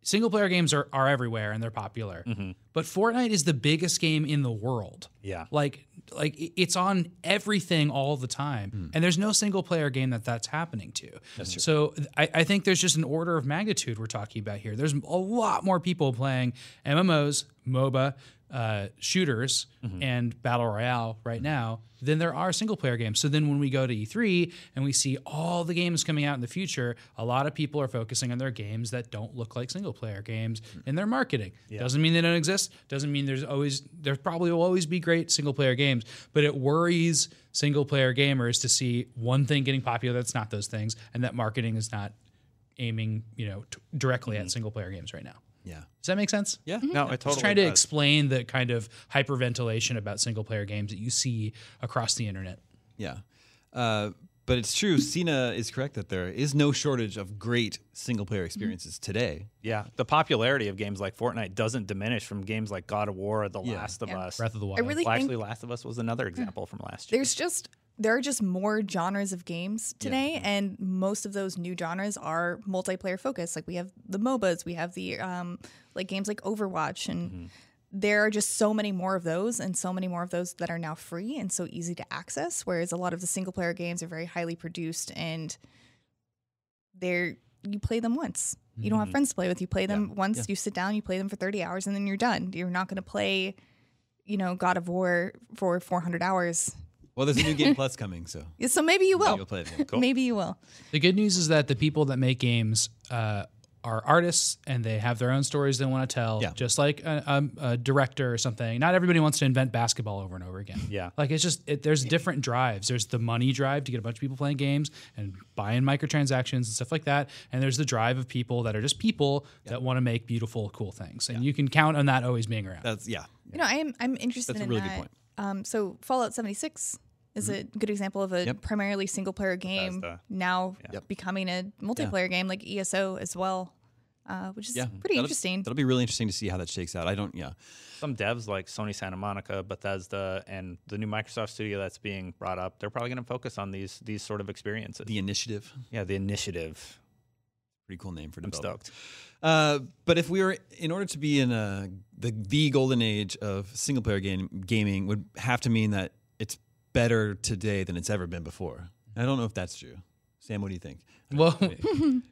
Speaker 5: single player games are are everywhere and they're popular, but Fortnite is the biggest game in the world.
Speaker 4: Mm-hmm. yeah,
Speaker 5: Like like i- it's on everything all the time,
Speaker 4: Mm.
Speaker 5: and there's no single player game that that's happening to. That's true. So th- I, I think there's just an order of magnitude we're talking about here. There's a lot more people playing MMOs, MOBA, uh, shooters,
Speaker 4: Mm-hmm.
Speaker 5: and battle royale right now than there are single player games. So then when we go to E3 and we see all the games coming out in the future, a lot of people are focusing on their games that don't look like single player games in their marketing. Doesn't mean they don't exist. Doesn't mean there's always there probably will always be great single player games, but it worries single player gamers to see one thing getting popular that's
Speaker 4: Mm-hmm.
Speaker 5: not those things and that marketing is not aiming, you know, t- directly at single player games right now.
Speaker 3: Yeah.
Speaker 5: Does that make sense?
Speaker 3: Yeah.
Speaker 4: No, it totally
Speaker 5: Just trying to
Speaker 4: does.
Speaker 5: explain the kind of hyperventilation about single player games that you see across the internet.
Speaker 3: Yeah. Uh, but it's true. Cena is correct that there is no shortage of great single player experiences today.
Speaker 4: Yeah, the popularity of games like Fortnite doesn't diminish from games like God of War, or The
Speaker 3: Yeah.
Speaker 4: Last of
Speaker 6: Yeah.
Speaker 4: Us.
Speaker 5: Breath of the Wild. Hmm.
Speaker 6: I really
Speaker 4: Well,
Speaker 6: think
Speaker 4: actually, Last of Us was another example from last year.
Speaker 6: there's just there are just more genres of games today, and most of those new genres are multiplayer focused. Like we have the MOBAs, we have the um, like games like Overwatch, and there are just so many more of those, and so many more of those that are now free and so easy to access. Whereas a lot of the single player games are very highly produced, and they're you play them once. You don't have friends to play with. You play them once. You sit down. You play them for thirty hours, and then you're done. You're not going to play, you know, God of War for four hundred hours
Speaker 3: Well, there's a new game plus coming, so
Speaker 6: yeah, So maybe you will.
Speaker 3: you'll play it
Speaker 6: [LAUGHS]
Speaker 3: again.
Speaker 6: Maybe you will.
Speaker 5: The good news is that the people that make games uh, are artists and they have their own stories they want to tell,
Speaker 3: Yeah.
Speaker 5: just like a, a, a director or something. Not everybody wants to invent basketball over and over again.
Speaker 4: Yeah.
Speaker 5: Like it's just, it, there's different drives. There's the money drive to get a bunch of people playing games and buying microtransactions and stuff like that. And there's the drive of people that are just people that want to make beautiful, cool things. And you can count on that always being around.
Speaker 3: That's yeah.
Speaker 6: You know, I'm I'm interested
Speaker 3: That's a
Speaker 6: in
Speaker 3: really good
Speaker 6: that.
Speaker 3: point. Mm-hmm.
Speaker 6: Um, so Fallout 76 is a good example of a
Speaker 3: Yep.
Speaker 6: primarily single player game
Speaker 4: Bethesda.
Speaker 6: now becoming a multiplayer game like ESO as well, uh, which is
Speaker 3: Yeah.
Speaker 6: pretty
Speaker 3: That'll-
Speaker 6: interesting.
Speaker 3: That'll be really interesting to see how that shakes out. I don't. Yeah.
Speaker 4: Some devs like Sony Santa Monica, Bethesda, and the new Microsoft studio that's being brought up, they're probably going to focus on these these sort of experiences.
Speaker 3: The initiative.
Speaker 4: yeah, the initiative.
Speaker 3: Pretty cool name for
Speaker 4: I'm
Speaker 3: development.
Speaker 4: stoked.
Speaker 3: Uh, but if we were, in order to be in a, the the golden age of single player game gaming, would have to mean that it's better today than it's ever been before. I don't know if that's true. Sam, what do you think?
Speaker 5: well,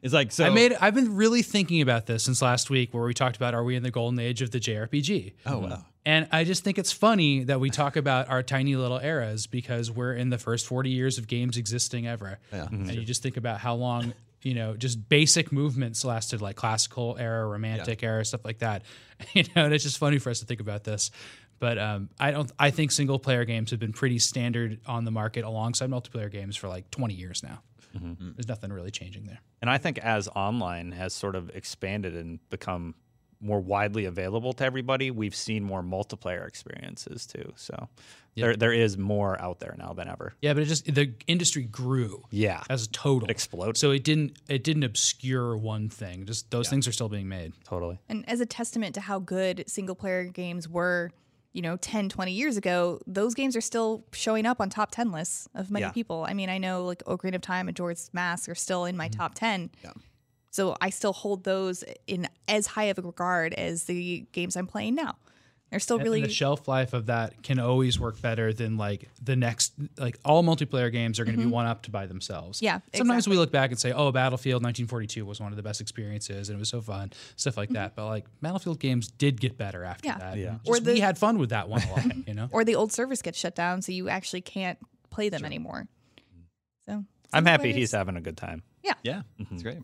Speaker 3: It's like so.
Speaker 5: [LAUGHS] I made. I've been really thinking about this since last week, where we talked about are we in the golden age of the JRPG?
Speaker 3: Oh wow.
Speaker 5: And I just think it's funny that we talk about our tiny little eras because we're in the first 40 years of games existing ever.
Speaker 3: Yeah.
Speaker 5: And you just think about how long, you know, just basic movements lasted like classical era, romantic era, stuff like that. [LAUGHS] You know, and it's just funny for us to think about this. But um, I don't. I think single player games have been pretty standard on the market alongside multiplayer games for like 20 years now.
Speaker 3: Mm-hmm.
Speaker 5: There's nothing really changing there.
Speaker 4: And I think as online has sort of expanded and become more widely available to everybody, we've seen more multiplayer experiences too. So there there is more out there now than ever.
Speaker 5: Yeah, but it just the industry grew.
Speaker 4: Yeah.
Speaker 5: as a total
Speaker 4: exploded.
Speaker 5: So it didn't it didn't obscure one thing. Just those things are still being made.
Speaker 4: Totally.
Speaker 6: And as a testament to how good single player games were, you know, 10, 20 years ago, those games are still showing up on top 10 lists of many
Speaker 4: Yeah.
Speaker 6: people. I mean, I know like Ocarina of Time and George's Mask are still in
Speaker 4: Mm-hmm.
Speaker 6: my top 10. Yeah. So I still hold those in as high of a regard as the games I'm playing now. They're still
Speaker 5: And-
Speaker 6: really
Speaker 5: and the shelf life of that can always work better than like the next like all multiplayer games are going to be one upped by themselves.
Speaker 6: Mm-hmm. Yeah,
Speaker 5: Sometimes
Speaker 6: exactly.
Speaker 5: we look back and say, "Oh, Battlefield 1942 was one of the best experiences and it was so fun." Stuff like that. But like Battlefield games did get better after
Speaker 6: Mm-hmm. Yeah.
Speaker 5: that.
Speaker 4: Yeah.
Speaker 5: Just
Speaker 6: Or
Speaker 5: we
Speaker 6: the-
Speaker 5: had fun with that one
Speaker 4: [LAUGHS]
Speaker 5: a lot, you know.
Speaker 6: or the old service gets shut down, so you actually can't play them anymore. So
Speaker 4: I'm happy
Speaker 6: Anyways.
Speaker 4: he's having a good time.
Speaker 3: Yeah, Mm-hmm. it's great.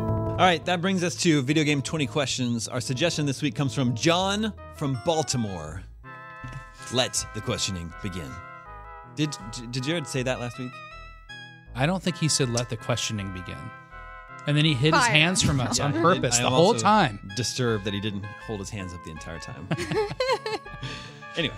Speaker 3: All right, that brings us to video game 20 questions. Our suggestion this week comes from John from Baltimore. Let the questioning begin. Did did Jared say that last week?
Speaker 5: I don't think he said let the questioning begin. And then he hid his
Speaker 6: Fire.
Speaker 5: hands
Speaker 4: [LAUGHS]
Speaker 5: from us on
Speaker 3: I did.
Speaker 5: purpose
Speaker 3: I
Speaker 5: the
Speaker 3: am
Speaker 5: whole
Speaker 3: also
Speaker 5: time.
Speaker 3: Disturbed that he didn't hold his hands up the entire time. [LAUGHS] anyway,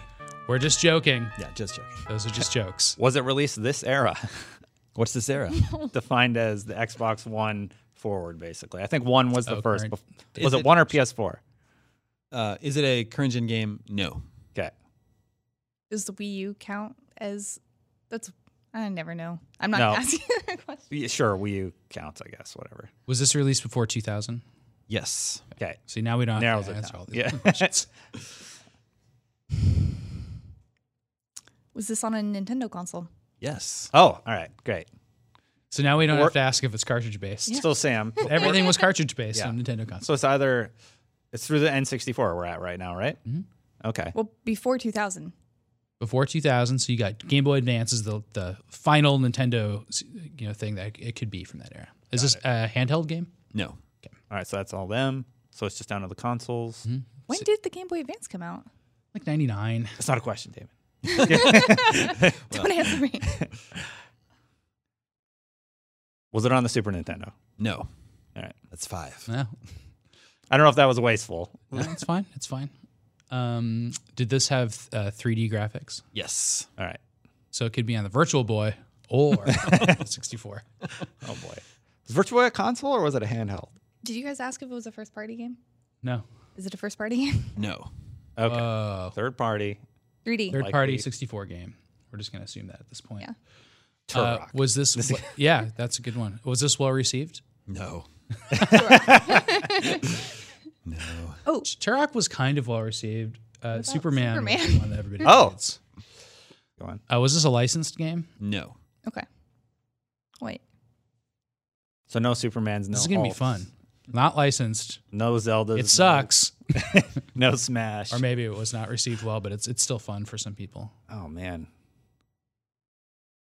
Speaker 5: We're just joking.
Speaker 3: yeah, just joking.
Speaker 5: Those are just jokes.
Speaker 4: Was it released this era? [LAUGHS]
Speaker 3: What's this era?
Speaker 4: defined as the Xbox One forward, basically. I think one was the
Speaker 5: Oh,
Speaker 4: first.
Speaker 5: current.
Speaker 4: Bef- was
Speaker 3: Is
Speaker 4: it,
Speaker 3: it-
Speaker 4: one or PS4?
Speaker 3: Uh, is it a current gen game? No.
Speaker 4: Okay.
Speaker 6: does the Wii U count as that's I never know. I'm not
Speaker 4: No.
Speaker 6: asking [LAUGHS] that question.
Speaker 4: Yeah, sure, Wii U counts, I guess, whatever.
Speaker 5: Was this released before 2000?
Speaker 3: Yes.
Speaker 4: Okay.
Speaker 5: See, now we don't have
Speaker 4: Narrows
Speaker 5: to
Speaker 4: it
Speaker 5: answer
Speaker 4: down.
Speaker 5: all these
Speaker 4: Yeah. [LAUGHS]
Speaker 5: questions.
Speaker 6: Was this on a Nintendo console?
Speaker 3: Yes.
Speaker 4: Oh, all right. Great.
Speaker 5: So now we don't
Speaker 4: Or-
Speaker 5: have to ask if it's cartridge based.
Speaker 4: Still
Speaker 5: [LAUGHS]
Speaker 4: Sam.
Speaker 5: Everything was cartridge based
Speaker 4: Yeah.
Speaker 5: on Nintendo console.
Speaker 4: So it's either it's through the N64 we're at right now, right?
Speaker 5: Mm-hmm.
Speaker 4: Okay.
Speaker 6: Well, before 2000.
Speaker 5: Before 2000, so you got Game Boy Advance is the the final Nintendo you know thing that it could be from that era. Is this a handheld game?
Speaker 3: No.
Speaker 4: All right. So that's all them. So it's just down to the consoles.
Speaker 5: Mm-hmm.
Speaker 6: When did the Game Boy Advance come out? [LAUGHS]
Speaker 5: Like 99.
Speaker 4: It's not a question, David.
Speaker 6: Don't answer me.
Speaker 4: Was it on the Super Nintendo?
Speaker 7: No.
Speaker 4: All right.
Speaker 7: That's five.
Speaker 5: No,
Speaker 4: I don't know if that was wasteful.
Speaker 5: no, it's fine. It's fine. Um, did this have uh, 3D graphics?
Speaker 7: Yes.
Speaker 4: All right.
Speaker 5: So it could be on the Virtual Boy
Speaker 4: [LAUGHS]
Speaker 5: or 64.
Speaker 4: Oh boy. Was Virtual Boy a console or was it a handheld?
Speaker 6: Did you guys ask if it was a first party game?
Speaker 5: No,
Speaker 6: Is it a first party game? [LAUGHS]
Speaker 7: No.
Speaker 4: Okay.
Speaker 5: Oh.
Speaker 4: Third party.
Speaker 6: 3D.
Speaker 5: third
Speaker 4: Like
Speaker 5: party
Speaker 4: the-
Speaker 5: 64 game. We're just gonna assume that at this point.
Speaker 6: Yeah.
Speaker 5: Uh, was
Speaker 4: [LAUGHS]
Speaker 5: this? wh- yeah, that's a good one. Was this well received?
Speaker 7: No.
Speaker 6: Oh,
Speaker 5: Turok was kind of well received. Uh, Superman, was
Speaker 6: Superman?
Speaker 5: the one that
Speaker 6: [LAUGHS]
Speaker 5: everybody.
Speaker 4: Oh.
Speaker 5: hates.
Speaker 4: Go on.
Speaker 5: Uh, was this a licensed game?
Speaker 7: [LAUGHS] No.
Speaker 6: Okay. Wait.
Speaker 4: So no Supermans, no.
Speaker 5: this is gonna be
Speaker 4: Hulks,
Speaker 5: fun. Not licensed.
Speaker 4: No Zeldas.
Speaker 5: It sucks,
Speaker 4: No, no Smash.
Speaker 5: or maybe it was not received well, but it's it's still fun for some people.
Speaker 4: oh man.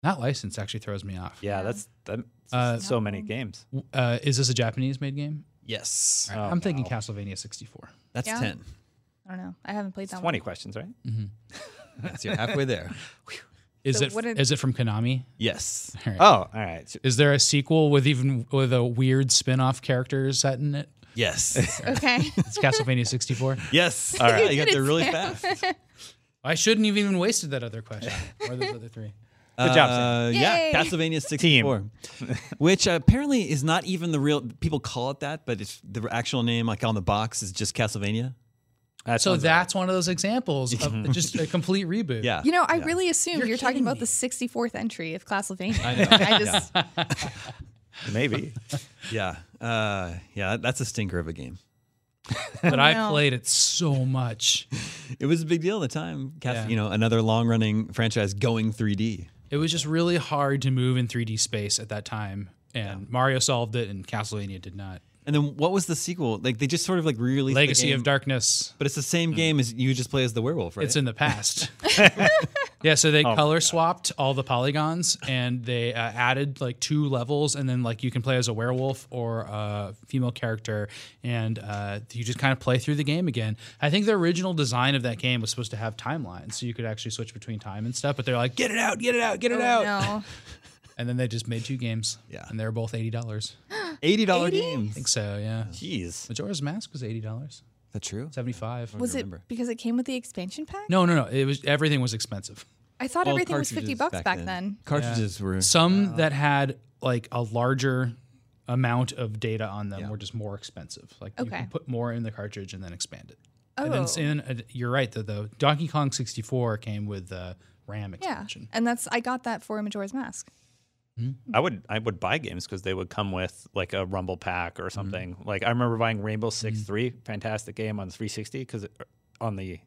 Speaker 5: Not licensed actually throws me off.
Speaker 4: Yeah, that's that,
Speaker 5: Uh,
Speaker 4: so many games.
Speaker 5: Uh, is this a Japanese-made game?
Speaker 7: Yes.
Speaker 5: All right,
Speaker 4: Oh,
Speaker 5: I'm thinking
Speaker 4: no.
Speaker 5: Castlevania 64.
Speaker 7: That's
Speaker 6: Yeah.
Speaker 7: 10.
Speaker 6: I don't know. I haven't played
Speaker 4: It's
Speaker 6: that
Speaker 4: Twenty
Speaker 6: one.
Speaker 4: questions, right?
Speaker 7: That's you're halfway there.
Speaker 5: Is
Speaker 6: So
Speaker 5: it
Speaker 6: what
Speaker 5: is
Speaker 6: did-
Speaker 5: it from Konami?
Speaker 7: Yes.
Speaker 5: All right.
Speaker 4: Oh, all right. So-
Speaker 5: Is there a sequel with even with a weird spin-off character set in it?
Speaker 7: Yes.
Speaker 6: Okay. [LAUGHS]
Speaker 5: It's Castlevania 64.
Speaker 7: [LAUGHS] yes. [LAUGHS] All right. You got there really fast.
Speaker 5: I shouldn't have even wasted that other question or those other three.
Speaker 4: Good job, Sam.
Speaker 7: Uh, yeah,
Speaker 6: Yay.
Speaker 7: Castlevania [LAUGHS] 64, which apparently is not even the real. People call it that, but it's the actual name, like on the box, is just Castlevania.
Speaker 4: That
Speaker 5: So
Speaker 4: sounds
Speaker 5: that's one of those examples of just a complete reboot.
Speaker 7: Yeah,
Speaker 6: You know, I really assumed
Speaker 5: You're
Speaker 6: you're, talking
Speaker 5: kidding
Speaker 6: about
Speaker 5: me.
Speaker 6: the 64th entry of Castlevania. I [LAUGHS]
Speaker 7: know.
Speaker 6: just
Speaker 4: right.
Speaker 5: [LAUGHS]
Speaker 4: maybe.
Speaker 7: yeah, uh, yeah. That's a stinker of a game.
Speaker 5: But I
Speaker 6: no.
Speaker 5: played it so much.
Speaker 7: It was a big deal at the time. Cas-
Speaker 5: Yeah.
Speaker 7: You know, another long-running franchise going 3D.
Speaker 5: It was just really hard to move in 3D space at that time. And Mario solved it and Castlevania did not.
Speaker 7: And then what was the sequel? Like they just sort of like re-released the
Speaker 5: Legacy
Speaker 7: game,
Speaker 5: of Darkness.
Speaker 7: But it's the same game as you just play as the werewolf, right?
Speaker 5: It's in the past. [LAUGHS] yeah, so they color swapped all the polygons and they uh, added like two levels, and then like you can play as a werewolf or a female character, and uh, you just kind of play through the game again. I think the original design of that game was supposed to have timelines, so you could actually switch between time and stuff. But they're like, get it out, get it out, get it out,
Speaker 6: Oh, no.
Speaker 5: and then they just made two games.
Speaker 7: Yeah.
Speaker 5: and they were both eighty dollars.
Speaker 7: eighty dollar games.
Speaker 5: I think so. Yeah,
Speaker 4: Jeez.
Speaker 5: Majora's Mask was eighty dollars,
Speaker 7: Is that true?
Speaker 5: seventy five.
Speaker 6: Was it
Speaker 7: remember.
Speaker 6: because it came with the expansion pack?
Speaker 5: No, no, no. It was everything was expensive.
Speaker 6: I thought
Speaker 7: Well,
Speaker 6: everything was 50
Speaker 7: cartridges
Speaker 6: bucks back, then.
Speaker 7: Cartridges were
Speaker 5: Some that had like a larger amount of data on them were just more expensive. Like you
Speaker 6: Okay.
Speaker 5: can put more in the cartridge and then expand it.
Speaker 6: Oh.
Speaker 5: And then s- and uh, you're right. The, the Donkey Kong 64 came with the RAM
Speaker 6: yeah.
Speaker 5: expansion.
Speaker 6: And that's I got that for Majora's Mask.
Speaker 4: I would I would buy games because they would come with like a Rumble pack or something. Like I remember buying Rainbow 6 Three, fantastic game on the 360 because er, on the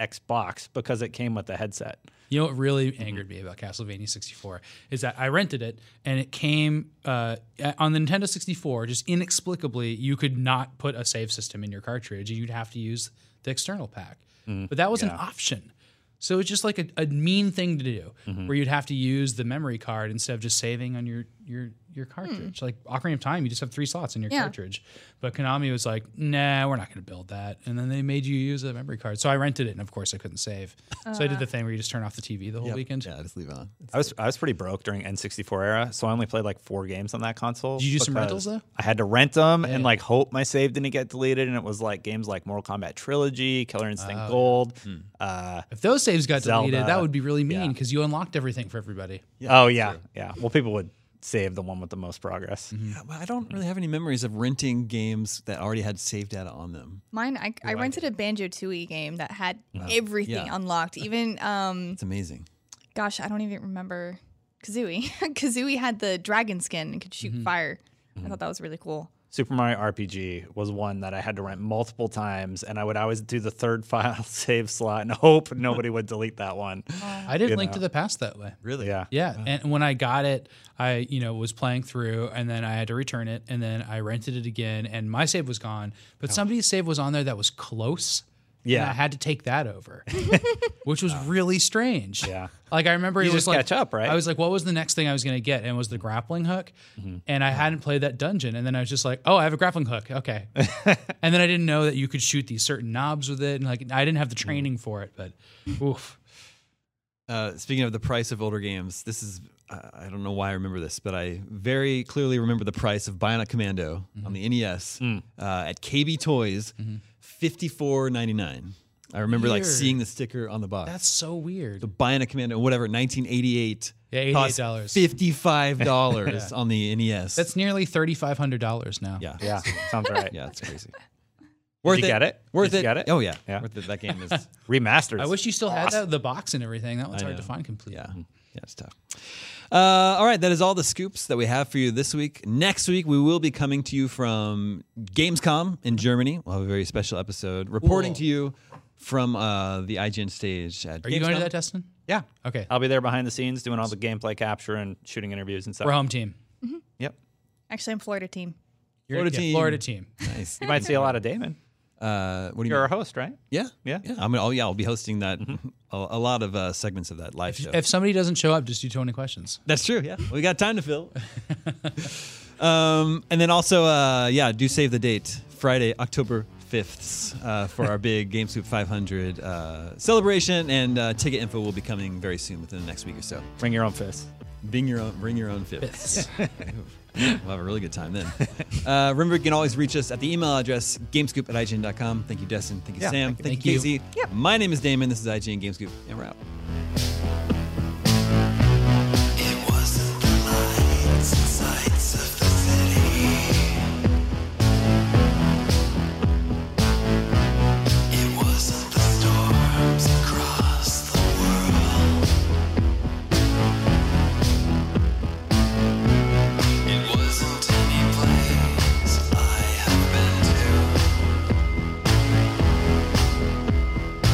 Speaker 4: Xbox because it came with the headset.
Speaker 5: You know what really angered me about Castlevania 64 is that I rented it and it came uh, on the Nintendo 64. Just inexplicably, you could not put a save system in your cartridge. You'd have to use the external pack, but that was an option. So it's just like a, a mean thing to do, where you'd have to use the memory card instead of just saving on your your your cartridge. Like Ocarina of Time, you just have three slots in your
Speaker 6: Yeah.
Speaker 5: cartridge. But Konami was like, "Nah, we're not going to build that." And then they made you use a memory card. So I rented it, and of course I couldn't save. so I did the thing where you just turn off the TV the whole weekend.
Speaker 7: Yeah, just leave it on.
Speaker 4: I was I was pretty broke during N64 era, so I only played like four games on that console.
Speaker 5: Did you do some
Speaker 4: because
Speaker 5: rentals, though?
Speaker 4: I had to rent them
Speaker 5: Yeah.
Speaker 4: and like hope my save didn't get deleted. And it was like games like Mortal Kombat Trilogy, Killer Instinct Gold. Uh,
Speaker 5: If those saves got deleted, that
Speaker 4: Zelda.
Speaker 5: would be really mean
Speaker 4: Yeah.
Speaker 5: because you unlocked everything for everybody.
Speaker 4: oh yeah, yeah. Well, people would save the one with the most progress.
Speaker 3: Mm-hmm.
Speaker 7: Yeah, well, I don't really have any memories of renting games that already had save data on them.
Speaker 6: Mine I, I rented a Banjo Tooie game that had everything
Speaker 7: Yeah.
Speaker 6: unlocked. Even um
Speaker 7: It's amazing.
Speaker 6: gosh, I don't even remember Kazooie. [LAUGHS] Kazooie had the dragon skin and could shoot fire. I thought that was really cool.
Speaker 4: Super Mario RPG was one that I had to rent multiple times, and I would always do the third [LAUGHS] file save slot and hope nobody would delete that one.
Speaker 5: I didn't link to the past that way.
Speaker 7: Really?
Speaker 4: Yeah.
Speaker 5: Yeah, and when I got it, I you know was playing through, and then I had to return it, and then I rented it again, and my save was gone, but somebody's save was on there that was close. and
Speaker 4: Oh. Yeah. Oh.
Speaker 5: I had to take that
Speaker 4: [LAUGHS]
Speaker 5: over, which was really strange.
Speaker 4: Yeah.
Speaker 5: like I remember it
Speaker 4: You
Speaker 5: was
Speaker 4: just
Speaker 5: like
Speaker 4: catch up, right?
Speaker 5: I was like, what was the next thing I was going to get, and it was the grappling hook,
Speaker 4: Mm-hmm.
Speaker 5: and I hadn't played that dungeon, and then I was just like, oh, I have a grappling
Speaker 4: [LAUGHS]
Speaker 5: hook, okay, and then I didn't know that you could shoot these certain knobs with it, and like I didn't have the
Speaker 4: Mm.
Speaker 5: training for it, but oof.
Speaker 7: Uh, speaking of the price of older games, this is
Speaker 3: I I don't know why I remember this, but I very clearly remember the price of Bionic Commando on the NES
Speaker 5: Mm.
Speaker 3: uh, at KB Toys, fifty four ninety nine. I remember like
Speaker 5: Weird.
Speaker 3: seeing the sticker on the box.
Speaker 5: That's so weird.
Speaker 3: the Bionic Commando, whatever, nineteen eighty eight.
Speaker 5: Yeah, $88.
Speaker 3: Fifty five
Speaker 5: [LAUGHS]
Speaker 3: dollars on the NES.
Speaker 5: That's nearly thirty five hundred dollars now.
Speaker 3: yeah,
Speaker 4: Yeah, sounds right.
Speaker 3: yeah, that's crazy.
Speaker 4: you get it?
Speaker 3: Worth
Speaker 4: Did you
Speaker 3: it.
Speaker 4: get it?
Speaker 3: Oh yeah,
Speaker 4: Yeah.
Speaker 3: worth it. That game
Speaker 4: [LAUGHS]
Speaker 3: is.
Speaker 4: Remastered.
Speaker 5: I wish you still had that, the box and everything. That one's
Speaker 3: I
Speaker 5: hard to
Speaker 3: know.
Speaker 5: find completely.
Speaker 3: Yeah. Yeah, it's tough. Uh, all right, that is all the scoops that we have for you this week. Next week, we will be coming to you from Gamescom in Germany. We'll have a very special episode reporting
Speaker 5: Cool.
Speaker 3: to you from uh, the IGN stage at
Speaker 5: Are you going to
Speaker 3: Gamescom.
Speaker 5: that, Dustin?
Speaker 4: Yeah.
Speaker 5: Okay.
Speaker 4: I'll be there behind the scenes doing all the gameplay capture and shooting interviews and stuff.
Speaker 5: We're home team.
Speaker 4: Yep.
Speaker 6: Actually, I'm Florida team.
Speaker 3: Florida
Speaker 5: yeah,
Speaker 3: team.
Speaker 5: Florida team.
Speaker 3: Nice.
Speaker 4: You might see a lot of Damon.
Speaker 3: Uh, what do you
Speaker 4: You're our
Speaker 3: mean?
Speaker 4: host, right?
Speaker 3: Yeah,
Speaker 4: Yeah.
Speaker 3: yeah. I mean, oh yeah, I'll be hosting that [LAUGHS] a, a lot of uh, segments of that live show.
Speaker 5: Mm-hmm. If somebody doesn't show up, just do Tony questions.
Speaker 3: That's true. Yeah, we got time to fill. um, and then also, uh, yeah, do save the date, Friday, October fifth, uh, for our big Game Scoop 500 uh, celebration. And uh, ticket info will be coming very soon, within the next week or so.
Speaker 4: Bring your own fist.
Speaker 3: Bring your own, bring your own fifths. [LAUGHS] we'll have a really good time then. Uh, remember, you can always reach us at the email address gamescoop at ign.com. Thank you, Destin. Thank you,
Speaker 4: Yeah,
Speaker 3: Sam. Thank,
Speaker 5: thank
Speaker 3: you,
Speaker 5: you.
Speaker 3: Casey. My name is Damon. This is IGN Gamescoop, and we're out.
Speaker 8: It wasn't the lights and sights of the city. It wasn't the storms across the world. It wasn't any place I have been to.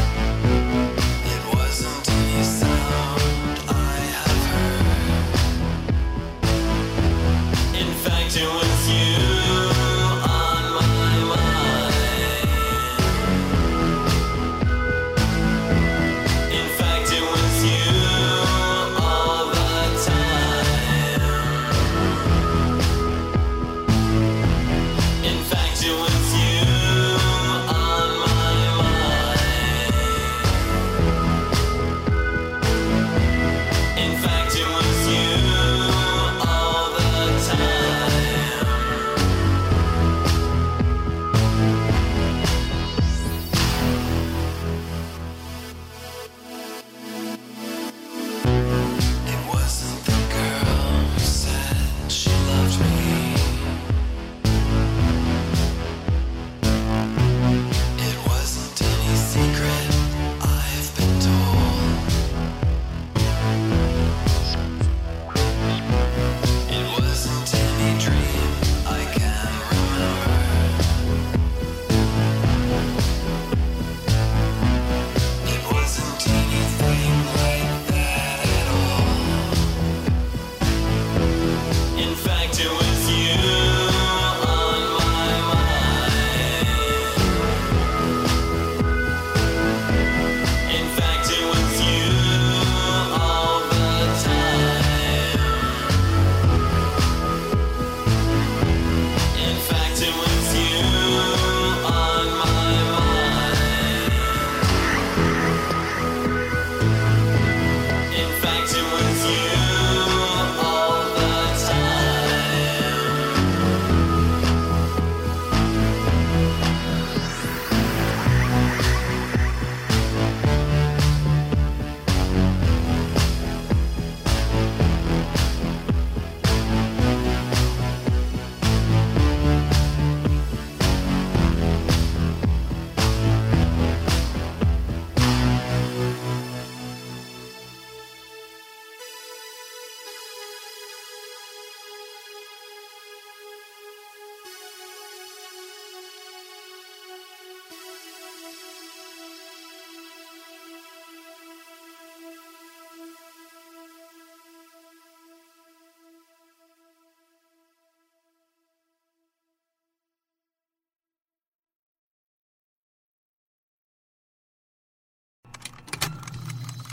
Speaker 8: It wasn't any sound I have heard. In fact, it was you on my mind. In fact, it was you all the time. In fact, it was you on my mind. In fact, it was you all the time. It wasn't the girl who said she loved me. It wasn't any secret I've been told. It wasn't any dream I can remember. It wasn't anything like that at all. In fact, it was you on my mind. In fact, it was you all the time. In fact, it was you on my mind. In fact, it was you all the time.